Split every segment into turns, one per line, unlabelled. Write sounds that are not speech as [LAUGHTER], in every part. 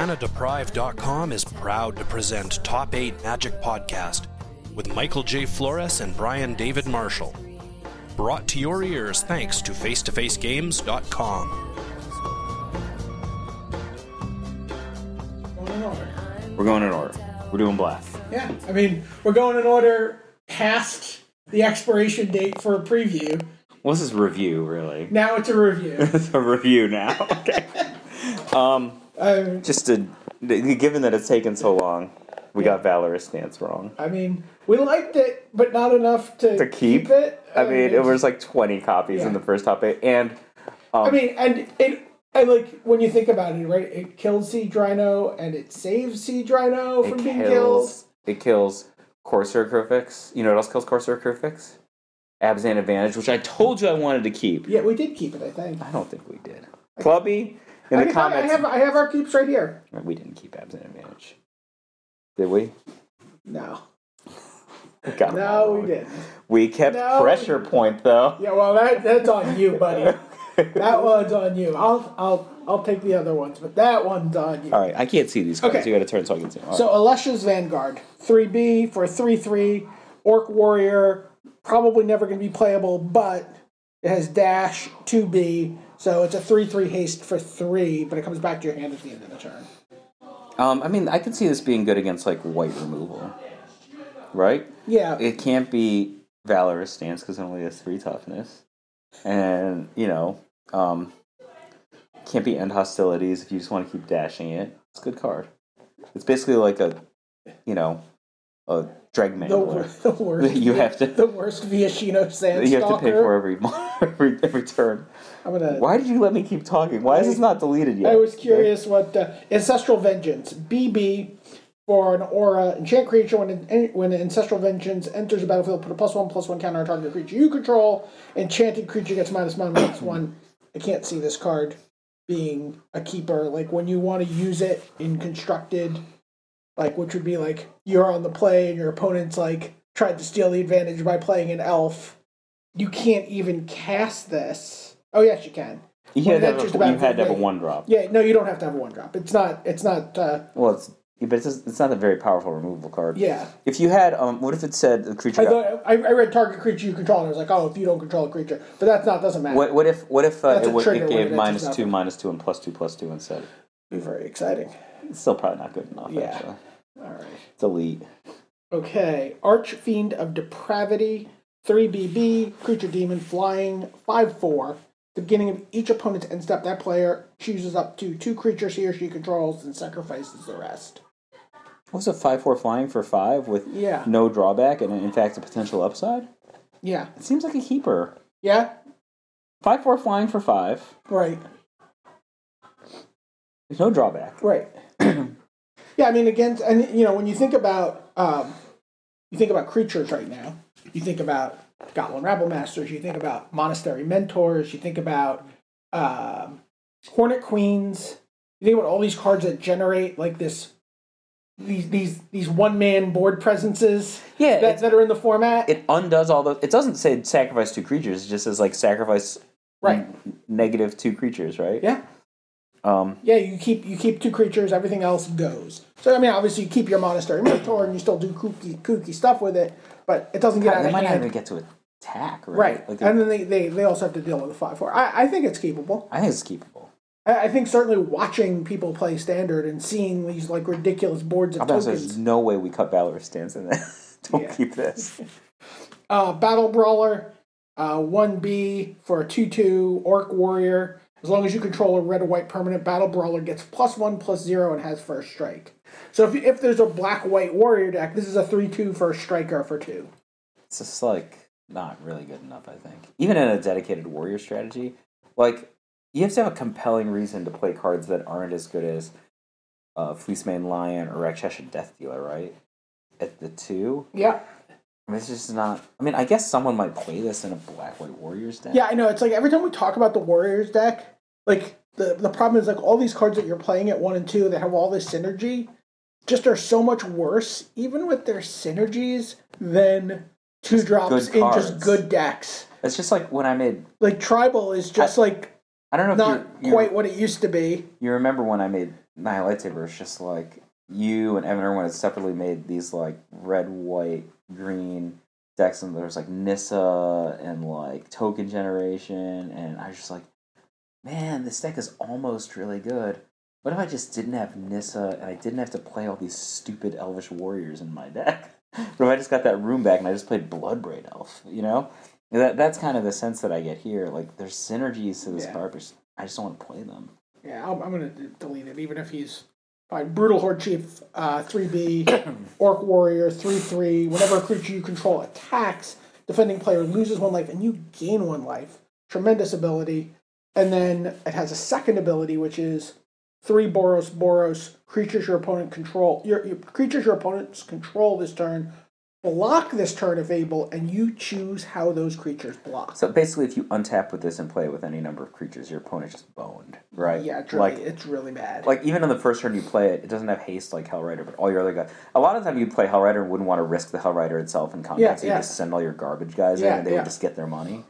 ManaDeprived.com is proud to present Top 8 Magic Podcast with Michael J. Flores and Brian David Marshall. Brought to your ears thanks to FaceToFaceGames.com.
Going in order.
We're going in order. We're doing black.
Yeah, I mean, we're going in order past the expiration date for a preview.
Well, this is review, really. [LAUGHS]
Now it's a review.
It's a review now. [LAUGHS] Okay. um,
I,
just to, given that it's taken so long, we got Valorous stance wrong.
I mean, we liked it, but not enough to,
To keep,
it.
I mean, it was like 20 copies
Yeah.
in the first top eight, and um,
I mean, and it. I like when you think about it, right? It kills Sea Drino and it saves Sea Drino
it
from
kills.
being killed.
It kills Corsair Curfix. You know what else kills Corsair Curfix? Abzan Advantage, which I told you I wanted to keep.
Yeah, we did keep it, I think.
I don't think we did. Clubby in
I,
the
mean, I- I
comments.
have I have our keeps right here.
We didn't keep Abzan Advantage, did we?
No,
We got 'em all
no,
wrong.
we did.
We kept
No, we
pressure point though.
Yeah, well, that that's on you,
[LAUGHS]
buddy. That one's on you. I'll I'll I'll take the other ones, but that one's on you.
All right, I can't see these cards.
Okay.
You got to turn so I can see. 'em. All
So Alesha's Vanguard, three B for three three, Orc Warrior, probably never going to be playable, but it has dash two B, so it's a three three haste for three, but it comes back to your hand at the end of the turn.
right. um, I mean, I can see this being good against like white removal, right?
Yeah,
It can't be valorous stance because it only has three toughness, and you know, um, can't be end hostilities if you just want to keep dashing it. It's a good card. It's basically like a, you know, a drag
the,
mangler.
wor- [LAUGHS] the worst.
You have to-
the worst Viashino Sandstalker.
[LAUGHS] You have to pay for every [LAUGHS] every every turn.
I'm gonna.
Why did you let me keep talking? Why is this not deleted yet?
I was curious what uh, ancestral vengeance BB for an aura enchant creature when an, when ancestral vengeance enters the battlefield put a plus one plus one counter on target creature you control enchanted creature gets minus one minus one. I can't see this card being a keeper like when you want to use it in constructed like which would be like you're on the play and your opponent's like tried to steal the advantage by playing an elf you can't even cast this oh yes you can
You had, to
Well,
have,
that's
a,
just about
you had to have a
right.
one drop.
yeah, no, you don't have to have a one drop. It's not. It's not. Uh,
Well, it's yeah, but it's, just, it's not a very powerful removal card.
yeah.
If you had, um, what if it said the creature?
I
Got,
thought I, I read target creature you control, and I was like, oh, if you don't control a creature, but that's not doesn't matter.
what, what if what if uh,
That's a
it, would,
trigger
it
when it
gave
enters
minus
that
two,
one.
minus two, and plus two, plus two instead?
Be very exciting.
It's still probably not good enough.
Yeah.
Actually.
All right.
Delete.
Okay. Archfiend of Depravity, three BB creature demon flying five four. The beginning of each opponent's end step, that player chooses up to two creatures he or she controls and sacrifices the rest.
What was a five four flying for five with
Yeah.
no drawback and in fact a potential upside?
Yeah.
It seems like a keeper.
Yeah.
Five four flying for five.
Right.
There's no drawback.
Right. [CLEARS THROAT] yeah, I mean, against and you know when you think about um, you think about creatures right now, you think about Goblin Rabble Masters, you think about Monastery Mentors, you think about um, Hornet Queens, you think about all these cards that generate like this these these these one man board presences
Yeah,
that,
it's-
that are in the format.
It undoes all those. It doesn't say sacrifice two creatures. It just says like sacrifice
right.
negative two creatures, right?
Yeah.
Um,
Yeah, you keep you keep two creatures, everything else goes. So I mean, obviously you keep your monastery mentor and you still do kooky kooky stuff with it, but it doesn't get out
they
of
might not
hand.
even get to attack, right?
right,
Like,
and then they, they, they also have to deal with the five four. I, I think it's keepable.
I think it's keepable.
I, I think certainly watching people play standard and seeing these like ridiculous boards of
I'm not saying there's
tokens.
no way we cut Valorous stance in that. [LAUGHS] Don't
Yeah.
keep this.
Uh, Battle brawler, uh, one B for a two two orc warrior. As long as you control a red or white permanent, battle brawler gets plus one plus zero and has first strike. So if, if there's a black white warrior deck, this is a three two for a striker for two.
It's just like not really good enough. I think even in a dedicated warrior strategy, like you have to have a compelling reason to play cards that aren't as good as uh, Fleeceman Lion or Rakshasha Death Dealer, right? At the two,
Yeah,
I mean, it's just not. I mean, I guess someone might play this in a black white warriors deck.
yeah, I know. It's like every time we talk about the warriors deck, like the the problem is like all these cards that you're playing at one and two that have all this synergy, just are so much worse, even with their synergies, than two drops
good
in just
cards.
good decks.
it's just like when I made.
Like tribal is just like
I don't know if
not
you, you,
quite what it used to be.
you remember when I made my lightsaber is just like you and Evan Irwin had separately made these like red, white, green decks, and there's like Nissa and like Token Generation, and I was just like, man, this deck is almost really good. What if I just didn't have Nissa and I didn't have to play all these stupid Elvish warriors in my deck? [LAUGHS] what if I just got that room back and I just played Bloodbraid Elf? You know, that that's kind of the sense that I get here. Like there's synergies to this
Yeah.
card, but just- I just don't want to play them.
Yeah, I'm, I'm going to delete it, even if he's fine. Brutal Horde Chief, uh,
[COUGHS]
3B, Orc Warrior, 3 3. Whenever a creature you control attacks, defending player loses one life and you gain one life. Tremendous ability. And then it has a second ability, which is three Boros Boros creatures your opponent control. Your, your creatures your opponents control this turn. Block this turn if able, and you choose how those creatures block.
So basically, if you untap with this and play with any number of creatures, your opponent just boned, right?
Yeah, it's really,
like
it's really bad.
like even on the first turn you play it, it doesn't have haste like Hellrider, but all your other guys. A lot of the time you play Hellrider and wouldn't want to risk the Hellrider itself in combat,
Yeah,
so you
yeah.
just send all your garbage guys in
Yeah,
and they
yeah.
would just get their money.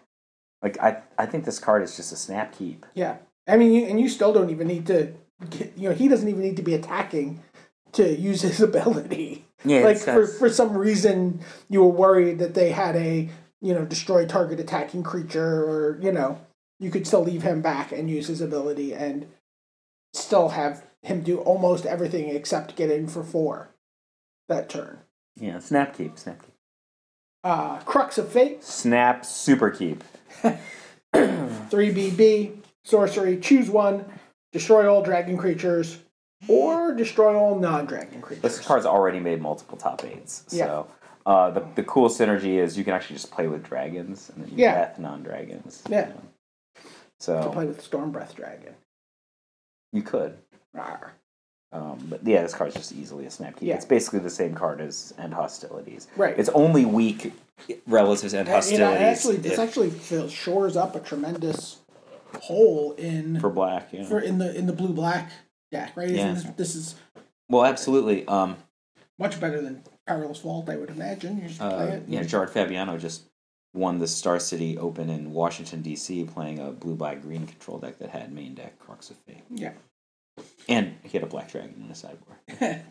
Like I, I think this card is just a snap keep.
Yeah, I mean, you- and you still don't even need to. Get, you know, he doesn't even need to be attacking to use his [LAUGHS] ability.
Yeah,
like
it's
for,
kinda-
for some reason, you were worried that they had a you know destroy target attacking creature, or you know, you could still leave him back and use his ability and still have him do almost everything except get in for four that turn.
Yeah, snap keep, snap keep,
Uh, Crux of Fate.
snap super keep.
3BB, sorcery, choose one, destroy all dragon creatures, or destroy all non dragon
This
creatures.
card's already made multiple top eights. So
Yeah.
uh, the the cool synergy is you can actually just play with dragons and then you
Yeah.
death non dragons.
Yeah, to
So
play with Storm Breath Dragon.
you could.
Rawr.
Um, but yeah, this card's just easily a snap keep.
Yeah.
It's basically the same card as End Hostilities.
Right.
It's only weak relative to End
You know,
Hostilities.
it actually, this
if-
actually fills, shores up a tremendous hole in
for black, yeah.
for in the in the blue black deck, right? Isn't
Yeah.
This, this is
well, absolutely. Um,
much better than Perilous Vault, I would imagine. You just play
uh,
it.
yeah, Gerard Fabiano just won the Star City Open in Washington D.C. playing a blue black green control deck that had main deck Crux of Fate,
yeah. [LAUGHS]
and he had a black dragon in the sideboard.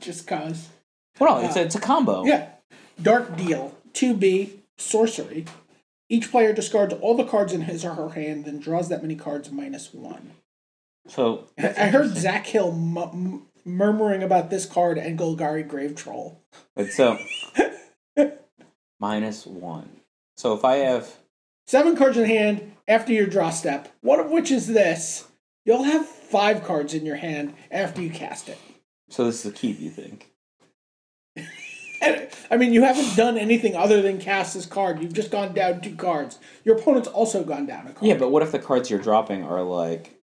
just cause.
Well, no, it's a, it's a combo.
Yeah. Dark Deal, 2B, Sorcery. Each player discards all the cards in his or her hand and draws that many cards minus one.
So
I heard Zach Hill mu- m- murmuring about this card and Golgari Grave Troll. [LAUGHS]
but so minus one. So if I have
Seven cards in hand after your draw step, one of which is this. You'll have five cards in your hand after you cast it.
so this is a keep, you think?
And, I mean, you haven't done anything other than cast this card. You've just gone down two cards. Your opponent's also gone down a card.
Yeah, but what if the cards you're dropping are like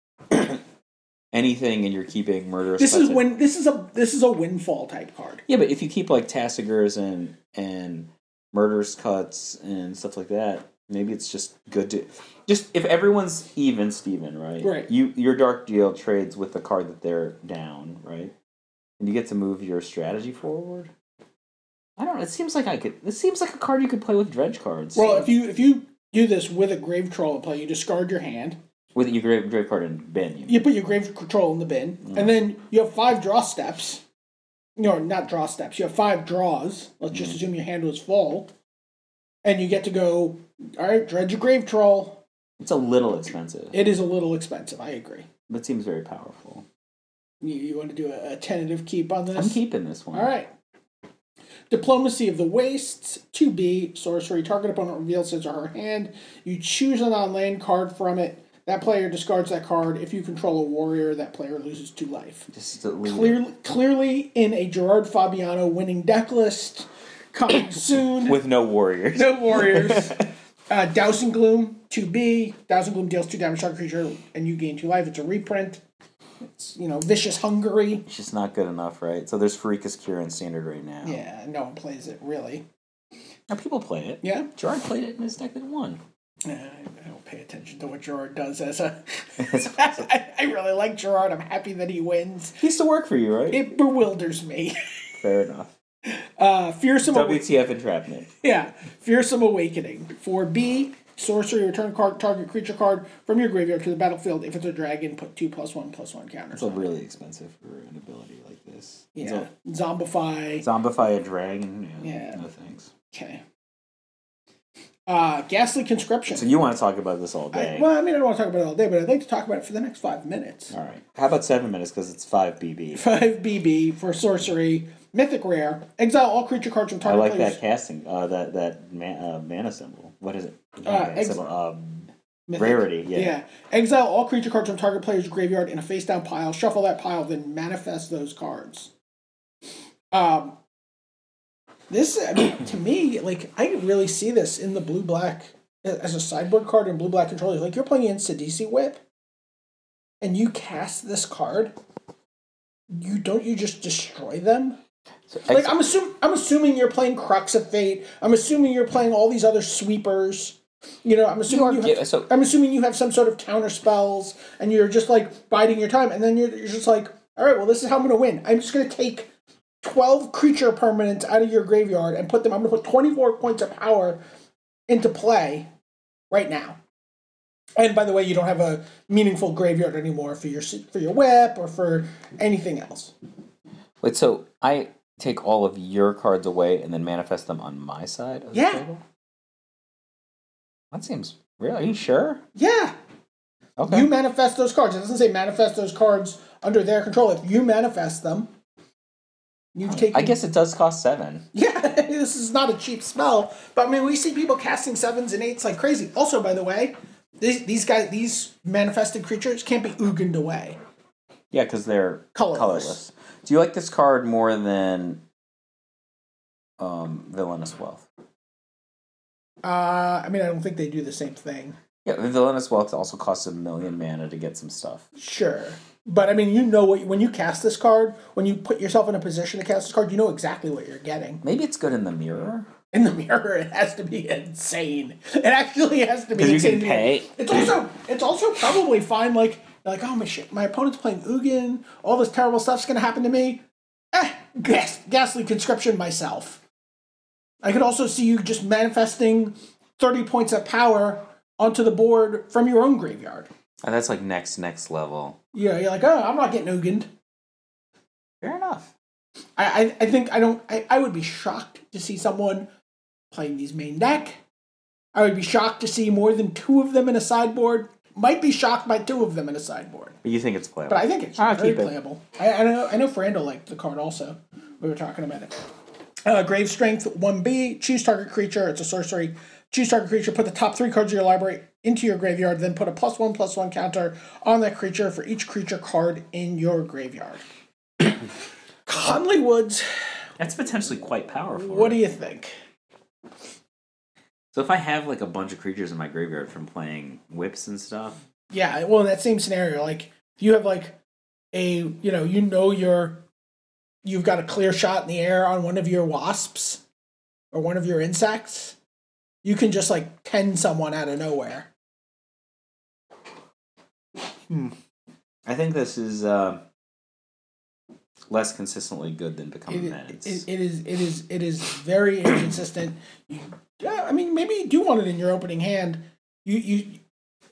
[CLEARS THROAT] anything and you're keeping murderous?
this is
Pets-
when this is a this is a windfall type card.
Yeah, but if you keep like tassigers and and murderous cuts and stuff like that, maybe it's just good to just if everyone's even, Steven, right?
Right.
You your dark deal trades with the card that they're down, right? And you get to move your strategy forward. I don't know. It seems like I could. It seems like a card you could play with dredge cards.
Well, if you if you do this with a grave troll play, you discard your hand,
with your grave, grave card and bin, you
you put your grave troll in the bin, and then you have five draw steps. No, not draw steps. You have five draws. Let's just assume your hand was full, and you get to go. All right, dredge a grave troll.
it's a little expensive,
It is a little expensive. I agree.
but it seems very powerful.
You, you want to do a, a tentative keep on this?
I'm keeping this one.
All right. Diplomacy of the Wastes, 2B, sorcery. Target opponent reveals his or her hand. You choose an on land card from it. That player discards that card. If you control a warrior, that player loses two life.
Just delete it.
Clearly, clearly in a Gerard Fabiano winning deck list. Coming soon.
with no warriors.
No Warriors. uh, Dousing Gloom, 2B. Dousing Gloom deals two damage to a creature and you gain two life. It's a reprint. It's, you know, Vicious Hungary.
It's just not good enough, right? So there's Farika's Cure in standard right now.
Yeah, no one plays it, really.
Now people play it.
Yeah?
Gerard played it in his deck that
[LAUGHS]
won.
Uh, I don't pay attention to what Gerard does as a. [LAUGHS] I, I really like Gerard. I'm happy that he wins.
He used to work for you, right?
It bewilders me.
Fair enough.
Uh, fearsome, Awa-
WTF entrapment.
yeah, fearsome awakening. For B, Sorcery, return card, target creature card from your graveyard to the battlefield. If it's a dragon, put two plus one plus one counters.
It's all really expensive for an ability like this. It's
Yeah. Zombify.
all- zombify a dragon. Yeah,
Yeah.
No thanks.
Okay. Uh, ghastly conscription.
So you want to talk about this all day?
I, well, I mean, I don't want to talk about it all day, but I'd like to talk about it for the next five minutes.
all right. How about seven minutes? Because it's five BB.
Five BB for sorcery, mythic rare. Exile all creature cards from
I
target
like
players.
that casting. Uh, that that man, uh, mana symbol. What is it? Not
Uh,
mana
ex-
symbol, um,
Mythic.
rarity. Yeah.
Yeah. Exile all creature cards from target player's graveyard in a face down pile. Shuffle that pile, then manifest those cards. Um, this I mean, [CLEARS THROAT] to me, like I can really see this in the blue black as a sideboard card in blue black controllers. Like you're playing against Sadisi Whip, and you cast this card. You don't you just destroy them?
So ex-
Like I'm assuming I'm assuming you're playing Crux of Fate. I'm assuming you're playing all these other sweepers. You know, I'm assuming you, have,
yeah, so-
I'm assuming you have some sort of counter spells, and you're just like biding your time, and then you're, you're just like, all right, well, this is how I'm going to win. I'm just going to take twelve creature permanents out of your graveyard and put them. I'm going to put twenty four points of power into play right now. And by the way, you don't have a meaningful graveyard anymore for your for your whip or for anything else.
Wait, so I take all of your cards away and then manifest them on my side of
Yeah.
the table? That seems really. Are you sure?
Yeah,
Okay.
You manifest those cards. It doesn't say manifest those cards under their control. If you manifest them, you take.
I guess it does cost seven.
[LAUGHS] Yeah, this is not a cheap spell, but I mean, we see people casting sevens and eights like crazy. Also, by the way, these, these guys, these manifested creatures can't be ooganed away.
Yeah, because they're
Colorless.
colorless. Do you like this card more than um, Villainous Wealth?
Uh, I mean, I don't think they do the same thing.
Yeah, Villainous Wealth also costs a million mana to get some stuff.
Sure. But I mean, you know what, when you cast this card, when you put yourself in a position to cast this card, you know exactly what you're getting.
Maybe it's good in the mirror.
in the mirror. It has to be insane. It actually has to be
'Cause you
insane.
can pay.
It's also it's also probably fine. Like like oh my shit, my opponent's playing Ugin. All this terrible stuff's gonna happen to me. Eh, gas, ghastly conscription myself. I could also see you just manifesting thirty points of power onto the board from your own graveyard.
Oh, that's like next next level.
Yeah, you're like oh, I'm not getting Ugined.
Fair enough.
I, I, I think I don't. I, I would be shocked to see someone playing these main deck. I would be shocked to see more than two of them in a sideboard. Might be shocked by two of them in a sideboard,
But you think it's playable?
but I think it's
I'll
very
Ah, keep it.
playable. I, I know. I know. Ferrando liked the card also. We were talking about it. Uh, Grave Strength one B. Choose target creature. It's a sorcery. Choose target creature. Put the top three cards of your library into your graveyard. Then put a plus one plus one counter on that creature for each creature card in your graveyard. [COUGHS] Conley Woods
That's potentially quite powerful.
What do you think?
so if I have like a bunch of creatures in my graveyard from playing whips and stuff,
Yeah, well, in that same scenario, like if you have like a you know you know you're you've got a clear shot in the air on one of your wasps or one of your insects, you can just like ten someone out of nowhere.
I think this is uh, less consistently good than Becoming
It,
Menace.
it- it is it is it is very inconsistent. You, yeah, I mean, maybe you do want it in your opening hand. You you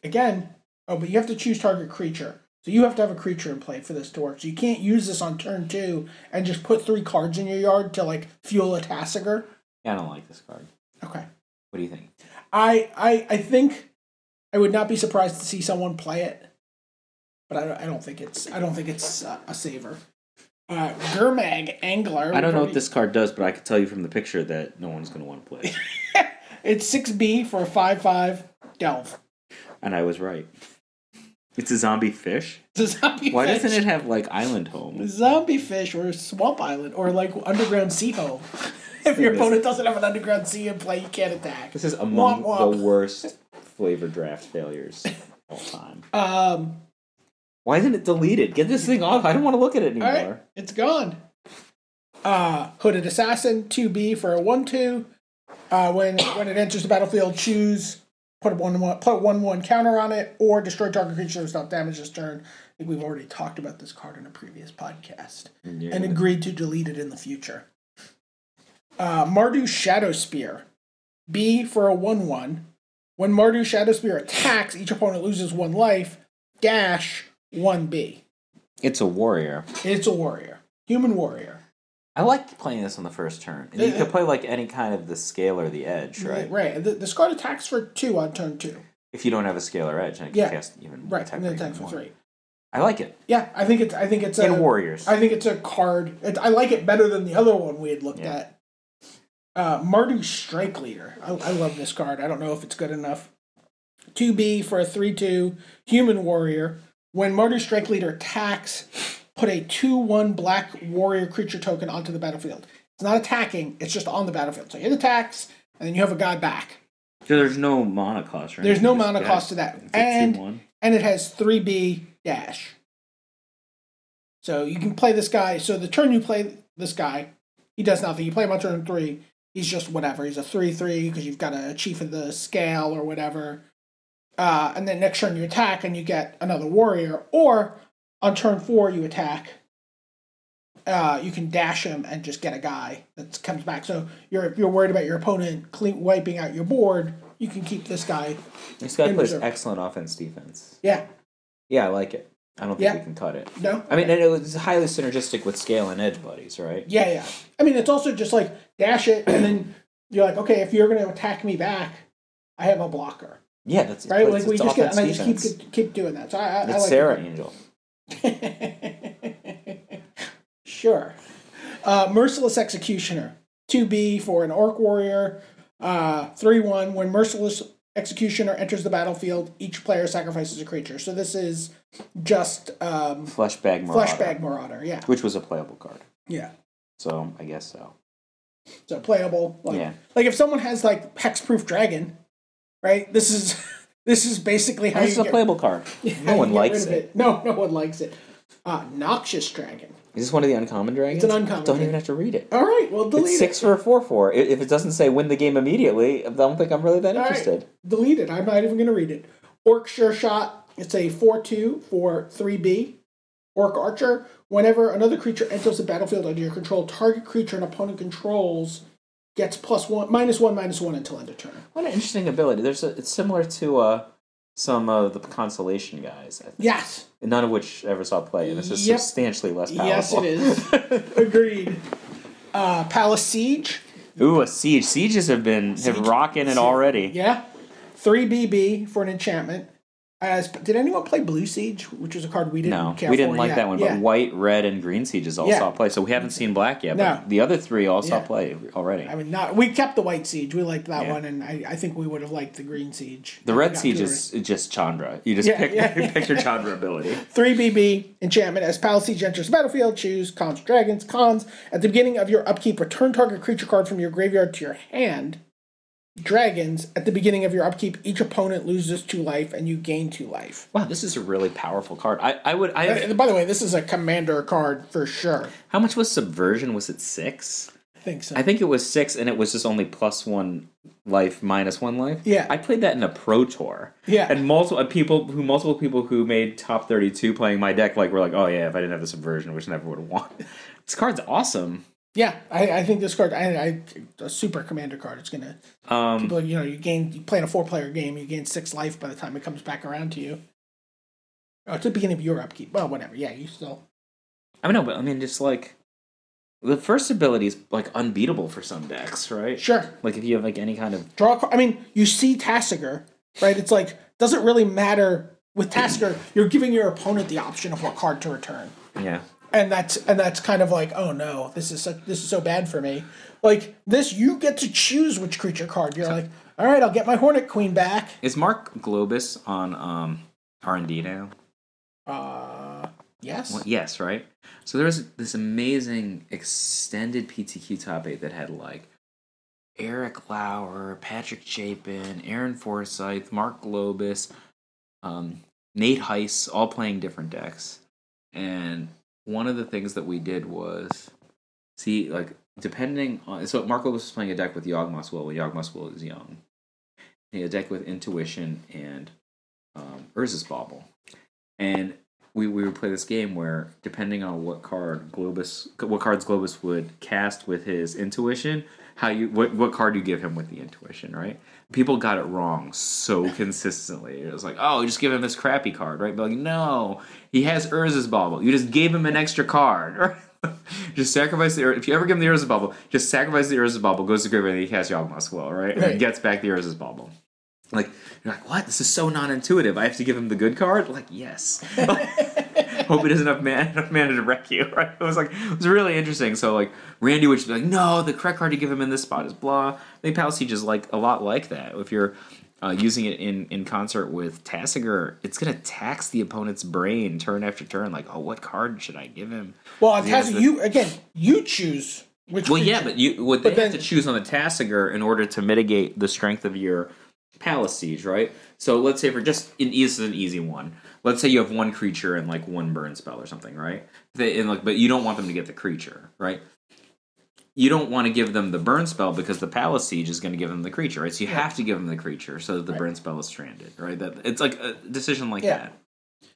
again. Oh, but you have to choose target creature. So you have to have a creature in play for this to work. So you can't use this on turn two and just put three cards in your yard to like fuel a Tassiger.
Yeah, I don't like this card.
Okay.
What do you think?
I I I think I would not be surprised to see someone play it, but I don't, I don't think it's I don't think it's uh, a saver. Uh, Gurmag Angler.
I don't know what this card does, but I could tell you from the picture that no one's going to want to
[LAUGHS]
play. it.
It's six B for a five five delve. [LAUGHS]
and I was right. It's a zombie fish.
It's a zombie
Why
fish.
doesn't it have like island home?
Zombie fish or swamp island or like underground sea hole. [LAUGHS] if your opponent doesn't have an underground sea in play, you can't attack.
This is among
Womp womp. [LAUGHS]
the worst flavor draft failures of all time.
Um,
Why isn't it deleted? Get this thing off. I don't want to look at it
all
anymore.
right, it's gone. Uh, hooded assassin two B for a one two. Uh, when when it enters the battlefield, choose put a one one put a one one counter on it or destroy target creature that's not damaged this turn. I think we've already talked about this card in a previous podcast.
You're
and
gonna-
agreed to delete it in the future. Uh, Mardu Shadow Spear, B for a 1 1. When Mardu Shadow Spear attacks, each opponent loses one life, dash 1B.
It's a warrior.
It's a warrior. Human warrior.
I like playing this on the first turn. And you
Yeah.
could play like any kind of the scale or the edge, right?
Right. The, the Scarlet attacks for two on turn two.
If you don't have a scale or edge, and it can
Yeah.
cast even
Right.
attack
and then
rate
attack for
more.
three.
I like it.
Yeah, I think it's I think it's a
and warriors.
I think it's a card. It, I like it better than the other one we had looked
Yeah.
at. Uh, Mardu Strike Leader. I, I love this card. I don't know if it's good enough. 2B for a 3 2 Human Warrior. When Mardu Strike Leader attacks, put a 2 1 black warrior creature token onto the battlefield. It's not attacking, it's just on the battlefield. So it attacks, and then you have a guy back.
so there's no mana cost, right?
There's no
You just
mana
got-
cost to that.
it's a
And-
2-1.
and it has 3B dash. So you can play this guy. So the turn you play this guy, he does nothing. You play him on turn three. He's just whatever. He's a 3 3 because you've got a chief of the scale or whatever. Uh, and then next turn you attack and you get another warrior. Or on turn four you attack. Uh, you can dash him and just get a guy that comes back. So you're if you're worried about your opponent clean, wiping out your board, you can keep this guy.
This guy
in
plays
reserve.
excellent offense defense.
Yeah.
Yeah, I like it. I don't think
Yeah.
we can cut it.
No.
I mean, and it was highly synergistic with scale and edge buddies, right?
Yeah, yeah. I mean, it's also just like dash it, and then you're like, okay, if you're going to attack me back, I have a blocker,
Yeah, that's
right?
but
Like
it's-
we
it's
just get,
offense
and I just keep
defense.
keep, keep doing that. So I, I, I
It's
like
Sarah Angel.
it. [LAUGHS] sure. Uh, Merciless Executioner, two B for an Orc Warrior, uh, three one. When Merciless Executioner enters the battlefield, each player sacrifices a creature. So this is just um,
Fleshbag Marauder.
Fleshbag Marauder. Yeah,
Which was a playable card.
yeah.
So I guess so.
So playable. Like,
Yeah.
Like if someone has like hexproof dragon, right? This is [LAUGHS] this is basically how
This
you
is a
get- [LAUGHS]
playable card.
how
No
you
one
get rid
likes
of
it.
No, no one likes it. Uh, noxious dragon.
Is this one of the uncommon dragons?
It's an uncommon
Don't even
dragon.
have to read it.
All right, well delete
It's six for a four four. I- If it doesn't say win the game immediately, I don't think I'm really that
it. All right,
interested.
delete it. I'm not even going to read it. Orc sure shot. It's a four-two for three B. Orc archer. Whenever another creature enters the battlefield under your control, target creature an opponent controls gets plus one, minus one, minus one until end of turn.
What an interesting ability. There's a, it's similar to uh, some of the constellation guys, I think,
Yes.
none of which ever saw play, and this is
Yep.
substantially less powerful.
Yes, it is. Agreed. Uh, Palace Siege.
[LAUGHS] Ooh, a siege. Sieges have been have rocking it already.
Yeah. 3 BB for an enchantment. As, did anyone play Blue Siege, which was a card we didn't
No,
care
we didn't
for?
like
Yeah,
that one.
yeah.
But white, red, and green sieges all
Yeah.
saw play. So we haven't seen black yet.
No.
But the other three all saw
Yeah.
play already.
I mean, not we kept the White Siege. We liked that
Yeah.
one, and I, I think we would have liked the Green Siege.
the
We
red
got
siege
to it.
is just Chandra. You just
Yeah,
pick, [LAUGHS]
yeah.
you pick your Chandra ability.
3BB enchantment as Palace Siege enters the battlefield. Choose cons, dragons, cons. At the beginning of your upkeep, return target creature card from your graveyard to your hand. Dragons, at the beginning of your upkeep, each opponent loses two life and you gain two life.
Wow, this is a really powerful card. I, I would. I
Uh, By the way, this is a commander card for sure.
how much was subversion? Was it six?
I think so.
I think it was six, and it was just only plus one life, minus one life.
Yeah.
I played that in a pro tour.
Yeah.
and multiple and people who multiple people who made top thirty two playing my deck like were like, oh yeah, if I didn't have the subversion, which never would have won. [LAUGHS] This card's awesome.
yeah, I, I think this card, I, I, a super commander card. It's gonna,
Um,
people, you know, you gain, you play in a four player game, you gain six life by the time it comes back around to you. Oh, it's the beginning of your upkeep. Well, whatever. Yeah, you still.
I mean, no, but I mean, just like the first ability is like unbeatable for some decks, right?
Sure.
Like if you have like any kind of
draw a card. I mean, you see Tassiger, right? It's like doesn't really matter with Tassiger. You're giving your opponent the option of what card to return,
yeah,
and that's and that's kind of like, oh no, this is such, this is so bad for me. Like this, you get to choose which creature card. You're like, all right, I'll get my Hornet Queen back.
is Mark Globus on um R and D now?
Uh, yes.
Well, yes, right. So there was this amazing extended PTQ top eight that had like Eric Lauer, Patrick Chapin, Aaron Forsyth, Mark Globus, um, Nate Heiss, all playing different decks. And one of the things that we did was see like depending on so Mark Globus was playing a deck with Yawgmoth's Will when Yawgmoth's Will is young. He had a deck with Intuition and um, Urza's Bauble. And we, we would play this game where depending on what card Globus what cards Globus would cast with his intuition, how you what, what card you give him with the intuition, right? people got it wrong so [LAUGHS] consistently. It was like, oh, you just give him this crappy card, right? But like, no, he has Urza's bauble. You just gave him an extra card. [LAUGHS] right? just sacrifice the Ur- if you ever give him the Urza's bauble, just sacrifice the Urza's bauble, goes to the graveyard, and he casts Yawgmoth's Will, right? And then
Right.
gets back the Urza's bauble. Like you're like, what? This is so non-intuitive. I have to give him the good card. Like yes. [LAUGHS] Hope it doesn't have man enough mana to wreck you. [LAUGHS] Right? It was like it was really interesting. So like Randy would just be like, no, the correct card to give him in this spot is blah. I think Palisage is like a lot like that. If you're uh, using it in in concert with Tassiger, it's gonna tax the opponent's brain turn after turn. Like, oh, what card should I give him?
Well, it has
the-
you again. You choose which.
Well,
creature-
yeah, but you what they
But
have
then-
to choose on the Tassiger in order to mitigate the strength of your palace siege, right? So let's say for just an this is an easy one. Let's say you have one creature and like one burn spell or something, right? They, and like, but you don't want them to get the creature, right? You don't want to give them the burn spell because the palace siege is going to give them the creature, right? So you have to give them the creature so that the burn spell is stranded, right? That it's like a decision like
Yeah.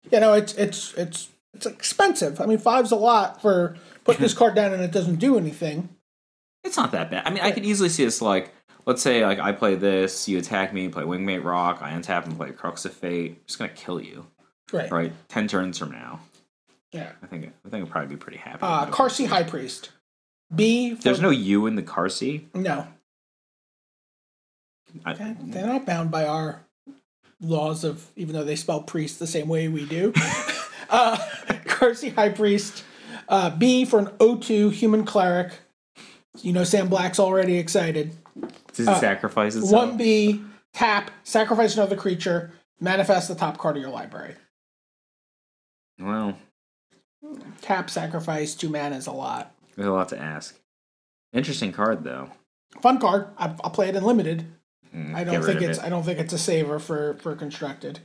that.
you know it's it's it's it's expensive. I mean, five's a lot for
[LAUGHS]
putting this card down and it doesn't do anything.
It's not that bad. I mean, I could easily see this like, let's say like I play this, you attack me, play Wingmate Rock, I untap and play Crux of Fate. I'm just gonna kill you,
Right.
right? Ten turns from now,
Yeah.
I think I think I'd probably be pretty happy.
Uh,
with it.
Karsi High Priest. B. For,
There's no you in the Carsi.
no.
I,
They're not bound by our laws of, even though they spell priest the same way we
[LAUGHS]
do. uh, Karsi High Priest. Uh, B for an O2 human cleric. You know, Sam Black's already excited.
does he
Uh,
sacrifice itself?
1B, tap, sacrifice another creature, manifest the top card of your library.
Well,
Tap, sacrifice, two mana is a lot.
there's a lot to ask. Interesting card though.
Fun card. I, I'll play it in limited.
Mm,
I
get
don't
rid
think
of
it's
it.
I don't think it's a saver for for constructed.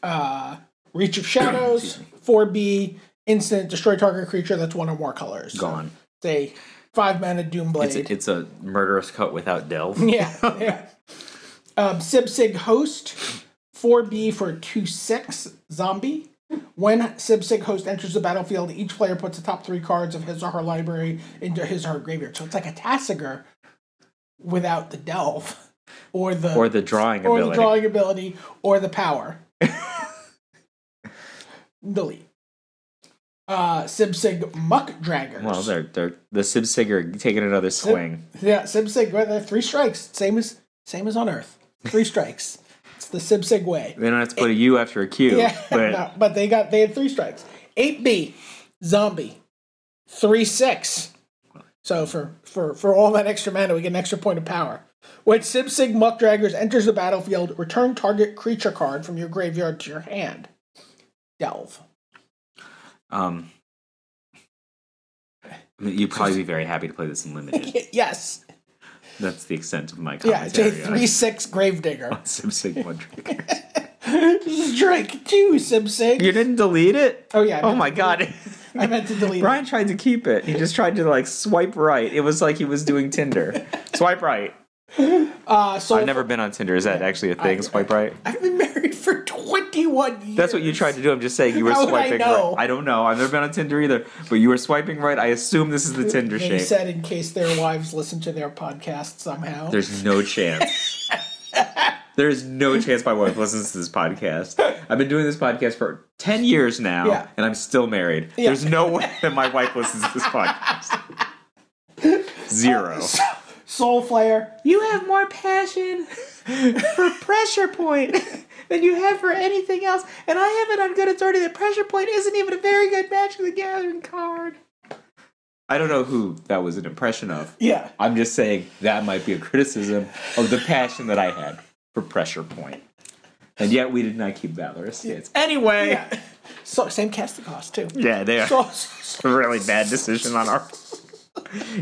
Uh Reach of Shadows, four B, instant, destroy target creature that's one or more colors. So,
gone.
say five mana Doom Blade.
It's a, it's a murderous cut
[LAUGHS]
without delve. [LAUGHS]
yeah, yeah. Um Sibsig host, four B for two six zombie. When Sibsig host enters the battlefield, each player puts the top three cards of his or her library into his or her graveyard. So it's like a Tassiger without the delve. Or the
Or the drawing
or
ability.
the drawing ability or the
[LAUGHS]
power. Delete. Uh, Sibsig Muck Draggers.
well, they're they're the Sibsigger taking another swing.
yeah, Sibsig. well, they're Three strikes. Same as same as on Earth.
[LAUGHS]
Three strikes. It's the Sibsig way.
They don't have to put a U after a Q,
Yeah, [LAUGHS]
but
no, but they got they had three strikes. Eight B, zombie, three six. So for for for all that extra mana, we get an extra point of power. When Sibsig Muckdraggers enters the battlefield, return target creature card from your graveyard to your hand. Delve. [LAUGHS]
Um, I mean, you'd probably be very happy to play this in [LAUGHS] limited.
yes.
That's the extent of my
Yeah, it's a
commentary.
three six Gravedigger. [LAUGHS]
on [LAUGHS] Sim Sigma Drake.
Strike two, Sibsig.
You didn't delete it?
Oh, yeah, I
Oh
meant
my god.
I meant to delete it.
Brian tried to keep it. He just tried to like swipe right. It was like he was doing Tinder. Swipe right.
Uh, so
I've never been on Tinder. Is that actually a thing? Swipe right.
I've been married for twenty one years.
That's what you tried to do. I'm just saying you were
How would I
swiping
know?
right. I don't know. I've never been on Tinder either. But you were swiping right. I assume this is the Tinder
They
shape.
said in case their wives listen to their podcast somehow.
There's no chance. [LAUGHS] there is no chance my wife listens to this podcast. I've been doing this podcast for 10 years now,
Yeah.
and I'm still married. There's no way that my wife listens to this podcast. Zero.
Soul Flare,
You have more passion for pressure point than you have for anything else, and I have it on good authority that pressure point isn't even a very good Magic the Gathering card. I don't know who that was an impression of.
Yeah.
I'm just saying that might be a criticism of the passion that I had for pressure point. And yet we did not keep Valorous States. Anyway. Yeah,
So same casting cost too.
they are.
So,
a really bad decision on our [LAUGHS]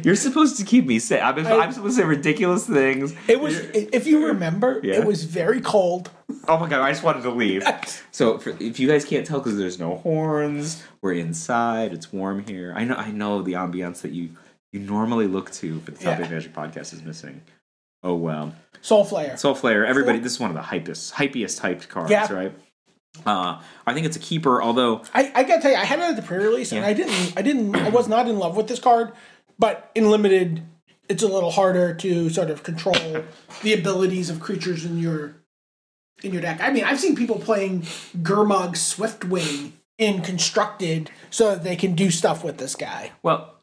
You're supposed to keep me safe. I'm, I'm supposed to say ridiculous things.
it was if you remember,
Yeah.
it was very cold.
Oh my god, I just wanted to leave. So for, if you guys can't tell because there's no horns, we're inside. It's warm here. I know. I know the ambiance that you you normally look to for the Top
Yeah.
Eight Magic podcast is missing. Oh well.
Soul Flare.
Soul Flare. Everybody, this is one of the hypest, hypiest hyped cards,
Yeah.
right? Uh, I think it's a keeper. Although
I, I gotta tell you, I had it at the pre-release and I didn't I didn't I was not in love with this card, but in limited it's a little harder to sort of control the abilities of creatures in your in your deck. I mean, I've seen people playing Gurmog Swiftwing in constructed so that they can do stuff with this guy.
Well,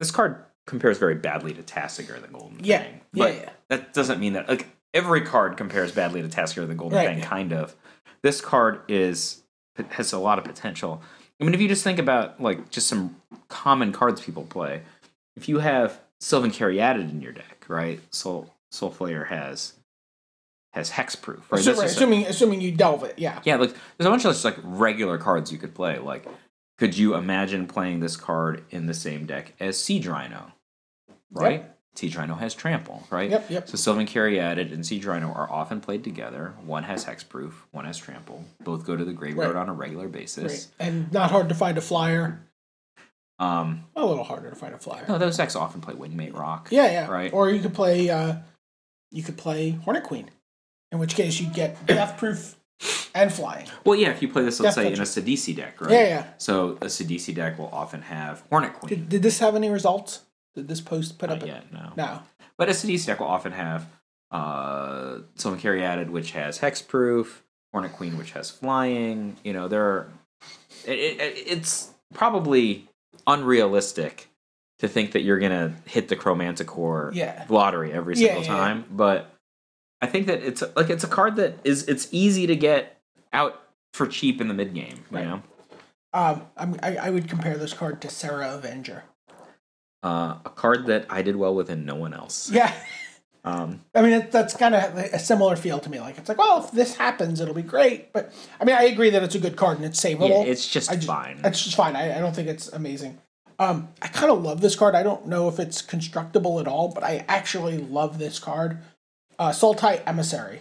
this card compares very badly to Tassiger the Golden
Yeah,
Fang.
yeah,
But
yeah.
that doesn't mean that like every card compares badly to Tassiger the Golden
Right.
Fang, kind of. This card is has a lot of potential. I mean, if you just think about like just some common cards people play, if you have Sylvan Caryatid in your deck, right? Soul Soul Flayer has has hexproof, right?
Assu-
That's just a-
assuming assuming you delve it, yeah.
yeah, like there's a bunch of just like regular cards you could play. Like, could you imagine playing this card in the same deck as Siege Rhino? Right? Siege Rhino has Trample, right?
Yep, yep.
So Sylvan Caryatid and Siege Rhino are often played together. One has Hexproof, one has Trample. Both go to the graveyard
Right.
on a regular
Right.
basis.
And not hard to find a flyer.
Um,
A little harder to find a flyer.
no, those decks often play Wingmate Rock.
Yeah, yeah.
Right.
Or you could play uh you could play Hornet Queen. In which case you'd get [COUGHS] death proof and flying.
Well, yeah, if you play this, let's say, in a
Death
Sidisi deck, right?
Yeah, yeah.
So a Sidisi deck will often have Hornet Queen.
Did, did this have any results? Did this post put up
Not
a-
yet, no.
No.
But a city stack will often have uh, someone carry added, which has hexproof, Hornet Queen, which has flying. You know, there are. It, it, it- it's probably unrealistic to think that you're going to hit the Chromanticore
Yeah.
lottery every
Yeah,
single
yeah, yeah.
time. But I think that it's like it's a card that is it's easy to get out for cheap in the mid game. You
Right.
know,
Um I'm, I, I would compare this card to Sarah Avenger. [LAUGHS]
uh, a card that I did well with and no one else.
Yeah.
Um,
I mean, it, that's kind of a similar feel to me. Like, it's like, well, if this happens, it'll be great. But I mean, I agree that it's a good card and it's
yeah,
savable.
it's just
I just-
fine.
It's just fine. I, I don't think it's amazing. Um, I kind of love this card. I don't know if it's constructible at all, but I actually love this card. Uh, Sultai Emissary.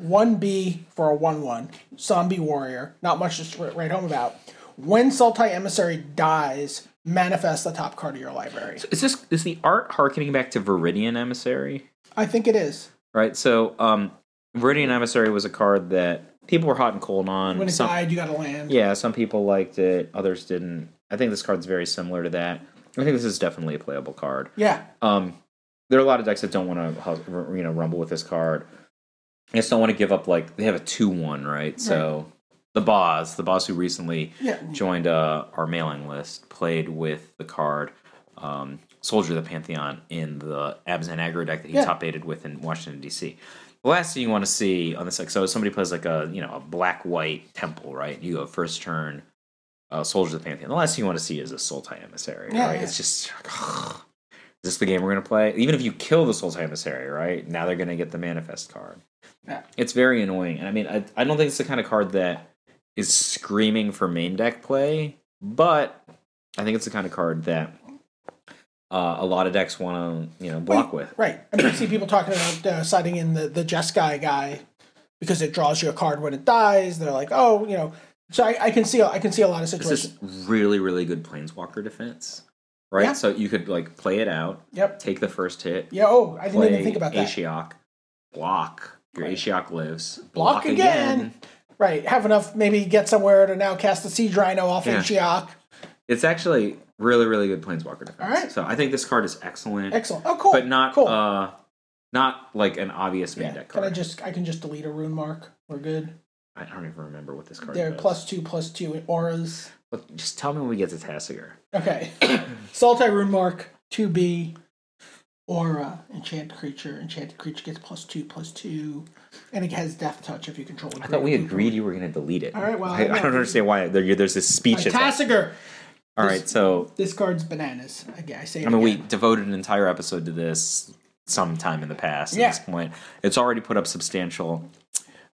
1B for a 1 1. Zombie Warrior. Not much to sw- write home about. When Sultai Emissary dies, manifest the top card of your library.
Is this is the art harkening back to Viridian Emissary?
I think it is.
Right. So, um, Viridian Emissary was a card that people were hot and cold on.
When it
Some-
died, you got to land.
yeah, some people liked it, others didn't. I think this card's very similar to that. I think this is definitely a playable card.
Yeah.
Um, there are a lot of decks that don't want to, you know, rumble with this card. They just don't want to give up. Like they have a two-one, right? So the boss, the boss who recently
Yeah.
joined uh, our mailing list, played with the card um, Soldier of the Pantheon in the Abzan aggro deck that he
Yeah.
top aided with in Washington D.C. The last thing you want to see on this, like, so somebody plays like a you know a black white temple, right? You go first turn, uh, Soldier of the Pantheon. The last thing you want to see is a Sultai emissary,
Yeah,
right?
yeah.
It's just. [SIGHS] Is this the game we're gonna play? Even if you kill the Sultai Emissary, right? Now they're gonna get the manifest card.
Yeah.
It's very annoying. And I mean I, I don't think it's the kind of card that is screaming for main deck play, but I think it's the kind of card that uh, a lot of decks want to you know block with.
Right. I mean, I see people talking about uh, citing in the, the Jeskai guy because it draws you a card when it dies. They're like, oh, you know. So I, I can see I can see a lot of
It's
situations.
just really really good Planeswalker defense, right?
Yeah.
So you could like play it out,
Yep.
take the first hit,
Yeah. Oh, I didn't
play
even think about that.
Ashiok, block. Your Ashiok lives.
Block again. Right. Have enough. Maybe get somewhere to now cast the siege rhino off
Yeah.
Ashiok.
It's actually really, really good planeswalker defense.
Alright.
So I think this card is excellent,
Excellent. Oh, cool.
but not
cool.
uh, not like an obvious main
yeah.
deck
Can I
card.
just I can just delete a rune mark. We're good.
I don't even remember what this card
There
does.
plus two plus two auras.
Look, just tell me when we get to Tassiger.
Okay. [COUGHS] Saltai rune mark two B. Aura, enchant creature. Enchanted creature gets plus two, plus two, and it has death touch if you control. a
I thought we
creature.
agreed you were going to delete it.
All right, well,
[LAUGHS] I, I
no.
don't understand why there, you- there's this speech.
Alright,
attack.
Tassiger.
All right, so
This card's bananas. Again, I say. It
I mean, we
again. [LAUGHS]
devoted an entire episode to this sometime in the past.
Yeah.
At this point, it's already put up substantial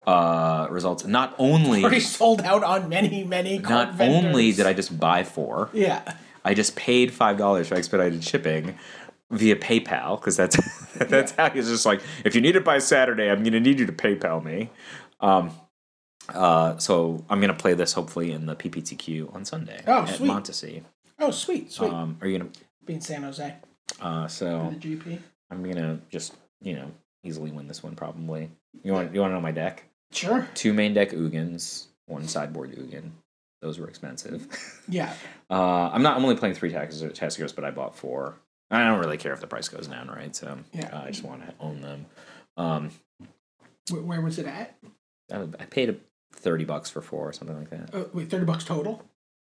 uh, results. Not only,
already sold out on many, many. card
[LAUGHS] not
vendors.
only did I just buy four.
Yeah.
I just paid five dollars for expedited shipping via PayPal because that's [LAUGHS] that's how it's just like if you need it by Saturday, I'm gonna need you to PayPal me. Um, uh, so I'm gonna play this hopefully in the PPTQ on Sunday
Oh,
at
sweet.
Montesi.
Oh, sweet, sweet.
Um, are you gonna?
Being San Jose,
Uh, so
the GP.
I'm gonna just you know easily win this one probably. You want you want to know my deck?
Sure.
Two main deck Ugins, one sideboard Ugin. Those were expensive. [LAUGHS]
Yeah.
Uh, I'm not. I'm only playing three Taskers, Taskers, but I bought four. I don't really care if the price goes down, right? So
Yeah.
uh, I just want to own them. Um,
Where, where was it at?
I, I paid a thirty bucks for four or something like that,
Uh, wait, thirty bucks total.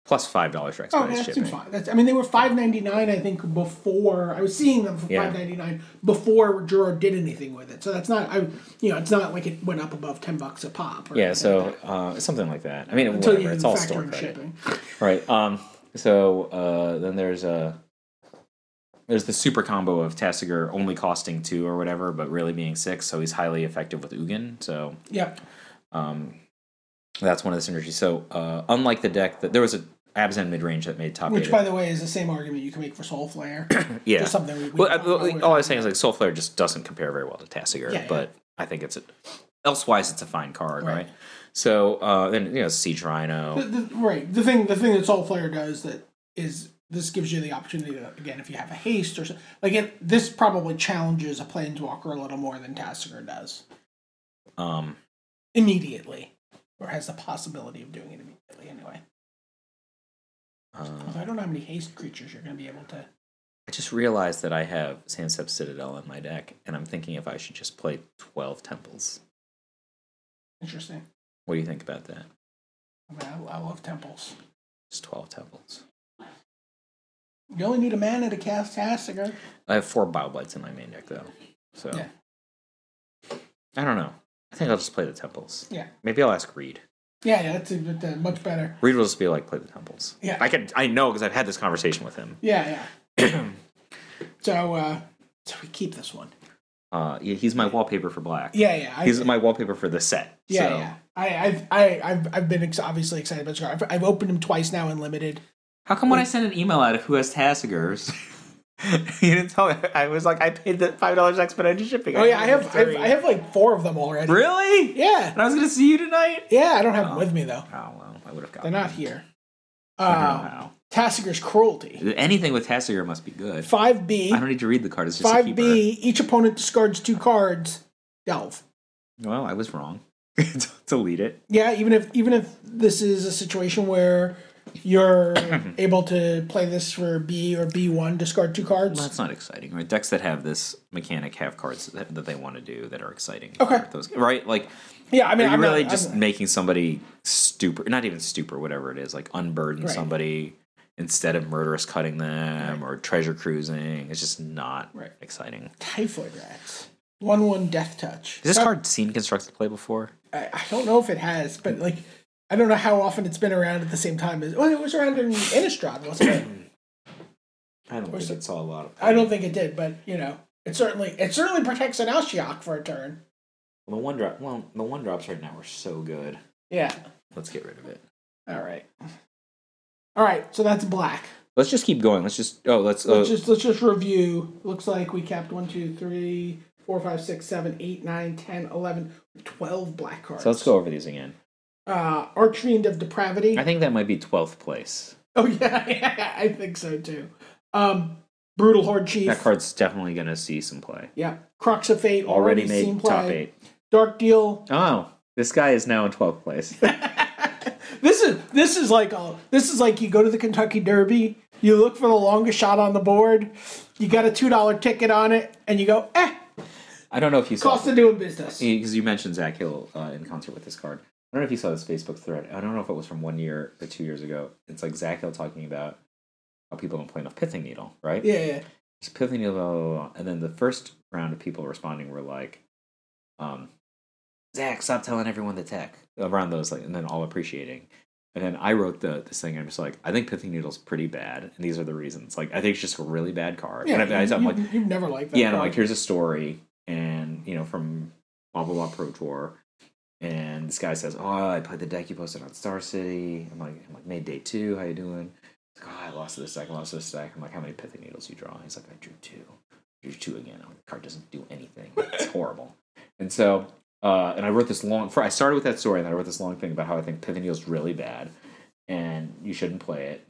plus five dollars for
Oh, okay,
expedited
that
shipping.
seems fine. That's, I mean, they were five ninety nine. I think before I was seeing them for
Yeah.
five ninety nine before Juro did anything with it. So that's not I, you know, it's not like it went up above ten bucks a pop. Or
Yeah, so uh, something like that. I mean,
until you
whatever. It's all store
factor in
credit.
shipping.
Right. Um. So uh, then there's a there's the super combo of Tassiger only costing two or whatever, but really being six. So he's highly effective with Ugin. So
Yeah,
um, that's one of the synergies. So uh, unlike the deck that there was a Abzan mid range that made top
which
eight.
by the way is the same argument you can make for Soul
[COUGHS]
Flare.
yeah.
Just something we, we
well, I, all I was saying is like Soul Flare just doesn't compare very well to Tassiger,
Yeah, yeah.
but I think it's a, elsewise it's a fine card,
Right.
right? So uh, then you know Siege Rhino.
The- the- right. The thing, the thing that Soul Flare does that is this gives you the opportunity to again, if you have a haste or so, like it, this probably challenges a planeswalker a little more than Tassiger does
um,
immediately, or has the possibility of doing it immediately. Anyway,
uh,
Although I don't know how many haste creatures you're going to be able to.
I just realized that I have Sansep Citadel in my deck, and I'm thinking if I should just play 12 temples.
Interesting.
What do you think about that?
I mean, I, I love temples.
Just 12 temples.
You only need a mana to cast Tassiger.
I have four Bow Blights in my main deck, though. So.
Yeah.
I don't know. I think I'll just play the temples.
Yeah.
Maybe I'll ask Reed.
Yeah, yeah, that's, a, that's a much better.
Reed will just be like, play the temples.
Yeah.
I can. I know because I've had this conversation with him.
Yeah, yeah.
[CLEARS THROAT]
so, uh, so we keep this one.
Uh, yeah, he's my wallpaper for black.
Yeah, yeah. I-
He's my wallpaper for the set.
Yeah,
so.
yeah. I, I've, I, I've, I've been ex- obviously excited about Scar. I've, I've opened him twice now in limited.
How come when I send an email out of who has
[LAUGHS]
Tassigers, [LAUGHS] you didn't tell me? I was like, I paid the five dollars expedited shipping.
Oh yeah, I have, I've, I have like four of them already.
Really?
Yeah,
And I was gonna see you tonight.
yeah. I don't have them with me though.
Oh well, I would have
They're
gotten.
not here.
I don't know
Uh,
how.
Tassiger's cruelty.
Anything with Tassiger must be good.
Five B,
I don't need to read the card. It's just a
five
keeper.
B. Each opponent discards two cards. Delve.
Well, I was wrong. [LAUGHS] Delete it.
Yeah, even if even if this is a situation where
[CLEARS THROAT]
you're able to play this for B or B one, discard two cards.
Well, that's not exciting, right? Decks that have this mechanic have cards that, that they want to do that are exciting.
Okay.
for Those, right? Like,
yeah, I mean,
are you
I'm
really
not,
just
I'm,
making somebody stupor, not even stupor, whatever it is, like unburden
Right.
somebody instead of murderous cutting them or treasure cruising? It's just not
Right.
exciting.
typhoid rats. One one death touch.
Is this
Not-
card seen constructed play before?
I, I don't know if it has, but like I don't know how often it's been around at the same time as well. It was around in Innistrad,
[CLEARS THROAT]
wasn't it?
I don't
Where's
think it saw a lot of.
I don't think it did, but you know, it certainly it certainly protects an Alshiok for a turn.
The one drop. Well, the one drops right now are so good.
Yeah.
Let's get rid of it.
All right. All right. So that's black.
Let's just keep going. Let's just. Oh, let's. Uh,
Let's just let's just review. Looks like we capped one, two, three, four, five, six, seven, eight, nine, ten, eleven, twelve black cards.
so let's go over these again.
Uh, Archfiend of Depravity.
I think that might be twelfth place.
oh [LAUGHS] yeah, yeah, I think so too. Um, Brutal Horde Chief.
That card's definitely gonna see some play.
Yeah. Crux of Fate
Already,
already, seen
made
play.
top eight.
Dark Deal.
Oh, this guy is now in twelfth place. [LAUGHS]
This is this is like a, this is like you go to the Kentucky Derby, you look for the longest shot on the board, you got a two dollar ticket on it, and you go, eh,
I don't know if you saw
cost of doing business.
because you mentioned Zach Hill uh, in concert with this card. I don't know if you saw this Facebook thread. I don't know if it was from one year or two years ago. It's like Zach Hill talking about how people don't play enough pithing needle, right?
Yeah, yeah.
It's pithing needle, blah, blah, blah. And then the first round of people responding were like, um, Zach, stop telling everyone the tech. Around those, like, and then all appreciating. And then I wrote the this thing, and I'm just like, I think pithing needle's pretty bad, and these are the reasons. Like, I think it's just a really bad card.
yeah
and I,
you,
I'm like,
have never liked that.
yeah, and I'm
card.
like, here's a story, and you know, from blah blah blah Pro Tour, and this guy says, "Oh, I played the deck you posted on Star City." I'm like, "I'm like, made day two. How you doing?" He's like, "Oh, I lost to this deck. I lost to this deck." I'm like, "How many pithy needles you draw?" He's like, "I drew two. I drew two again. I'm like, the card doesn't do anything. It's horrible." and so, uh, and I wrote this long. For I started with that story, and I wrote this long thing about how I think pithy needle's really bad, and you shouldn't play it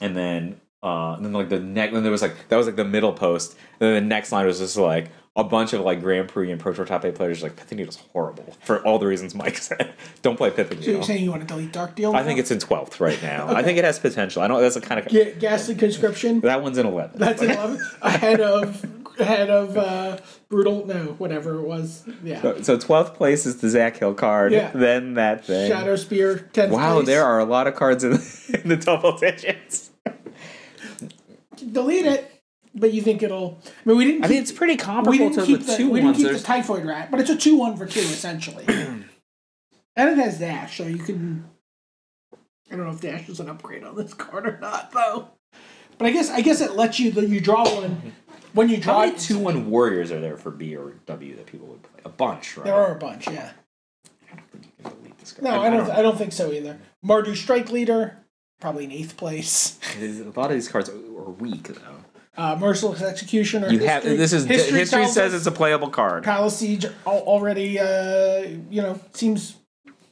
and then uh and then like the next then there was like that was like the middle post and then the next line was just like a bunch of like Grand Prix and Pro Tour Top 8 players are like, Pith and Needle's horrible for all the reasons Mike [LAUGHS] said. Don't play Pith and
So you're
Needle.
saying you want to delete Dark Deal?
I think it's in 12th right now. I think it has potential. I know that's a kind of.
Ga- Ghastly Conscription.
That one's in 11.
That's an 11 ahead of ahead of uh, brutal. No, whatever it was. Yeah.
So 12th place is the Zach Hill card.
Yeah.
Then that thing.
Shadow Spear. 10th
wow,
place.
there are a lot of cards in, [LAUGHS] in the double digits.
Delete it. But you think it'll? I mean, we didn't.
I
keep-
mean, it's pretty comparable
we didn't
to
keep
the,
the,
two
we didn't
ones.
keep the
There's-
typhoid rat, but it's a two one for two
[CLEARS THROAT]
essentially. and it has dash, so you can. I don't know if dash is an upgrade on this [LAUGHS] card or not, though. But I guess I guess it lets you you draw one when you
How
draw
many
it-
two one warriors are there for B or W that people would play? A bunch, right?
There are a bunch, yeah.
You can delete this card.
No, I don't. I don't think so either. Mardu Strike Leader, probably in eighth place.
know. A lot of these cards are weak though.
Uh, Merciless Executioner.
You have this is history,
tells
says
us
it's a playable card.
Palace Siege al- already. Uh, you know, seems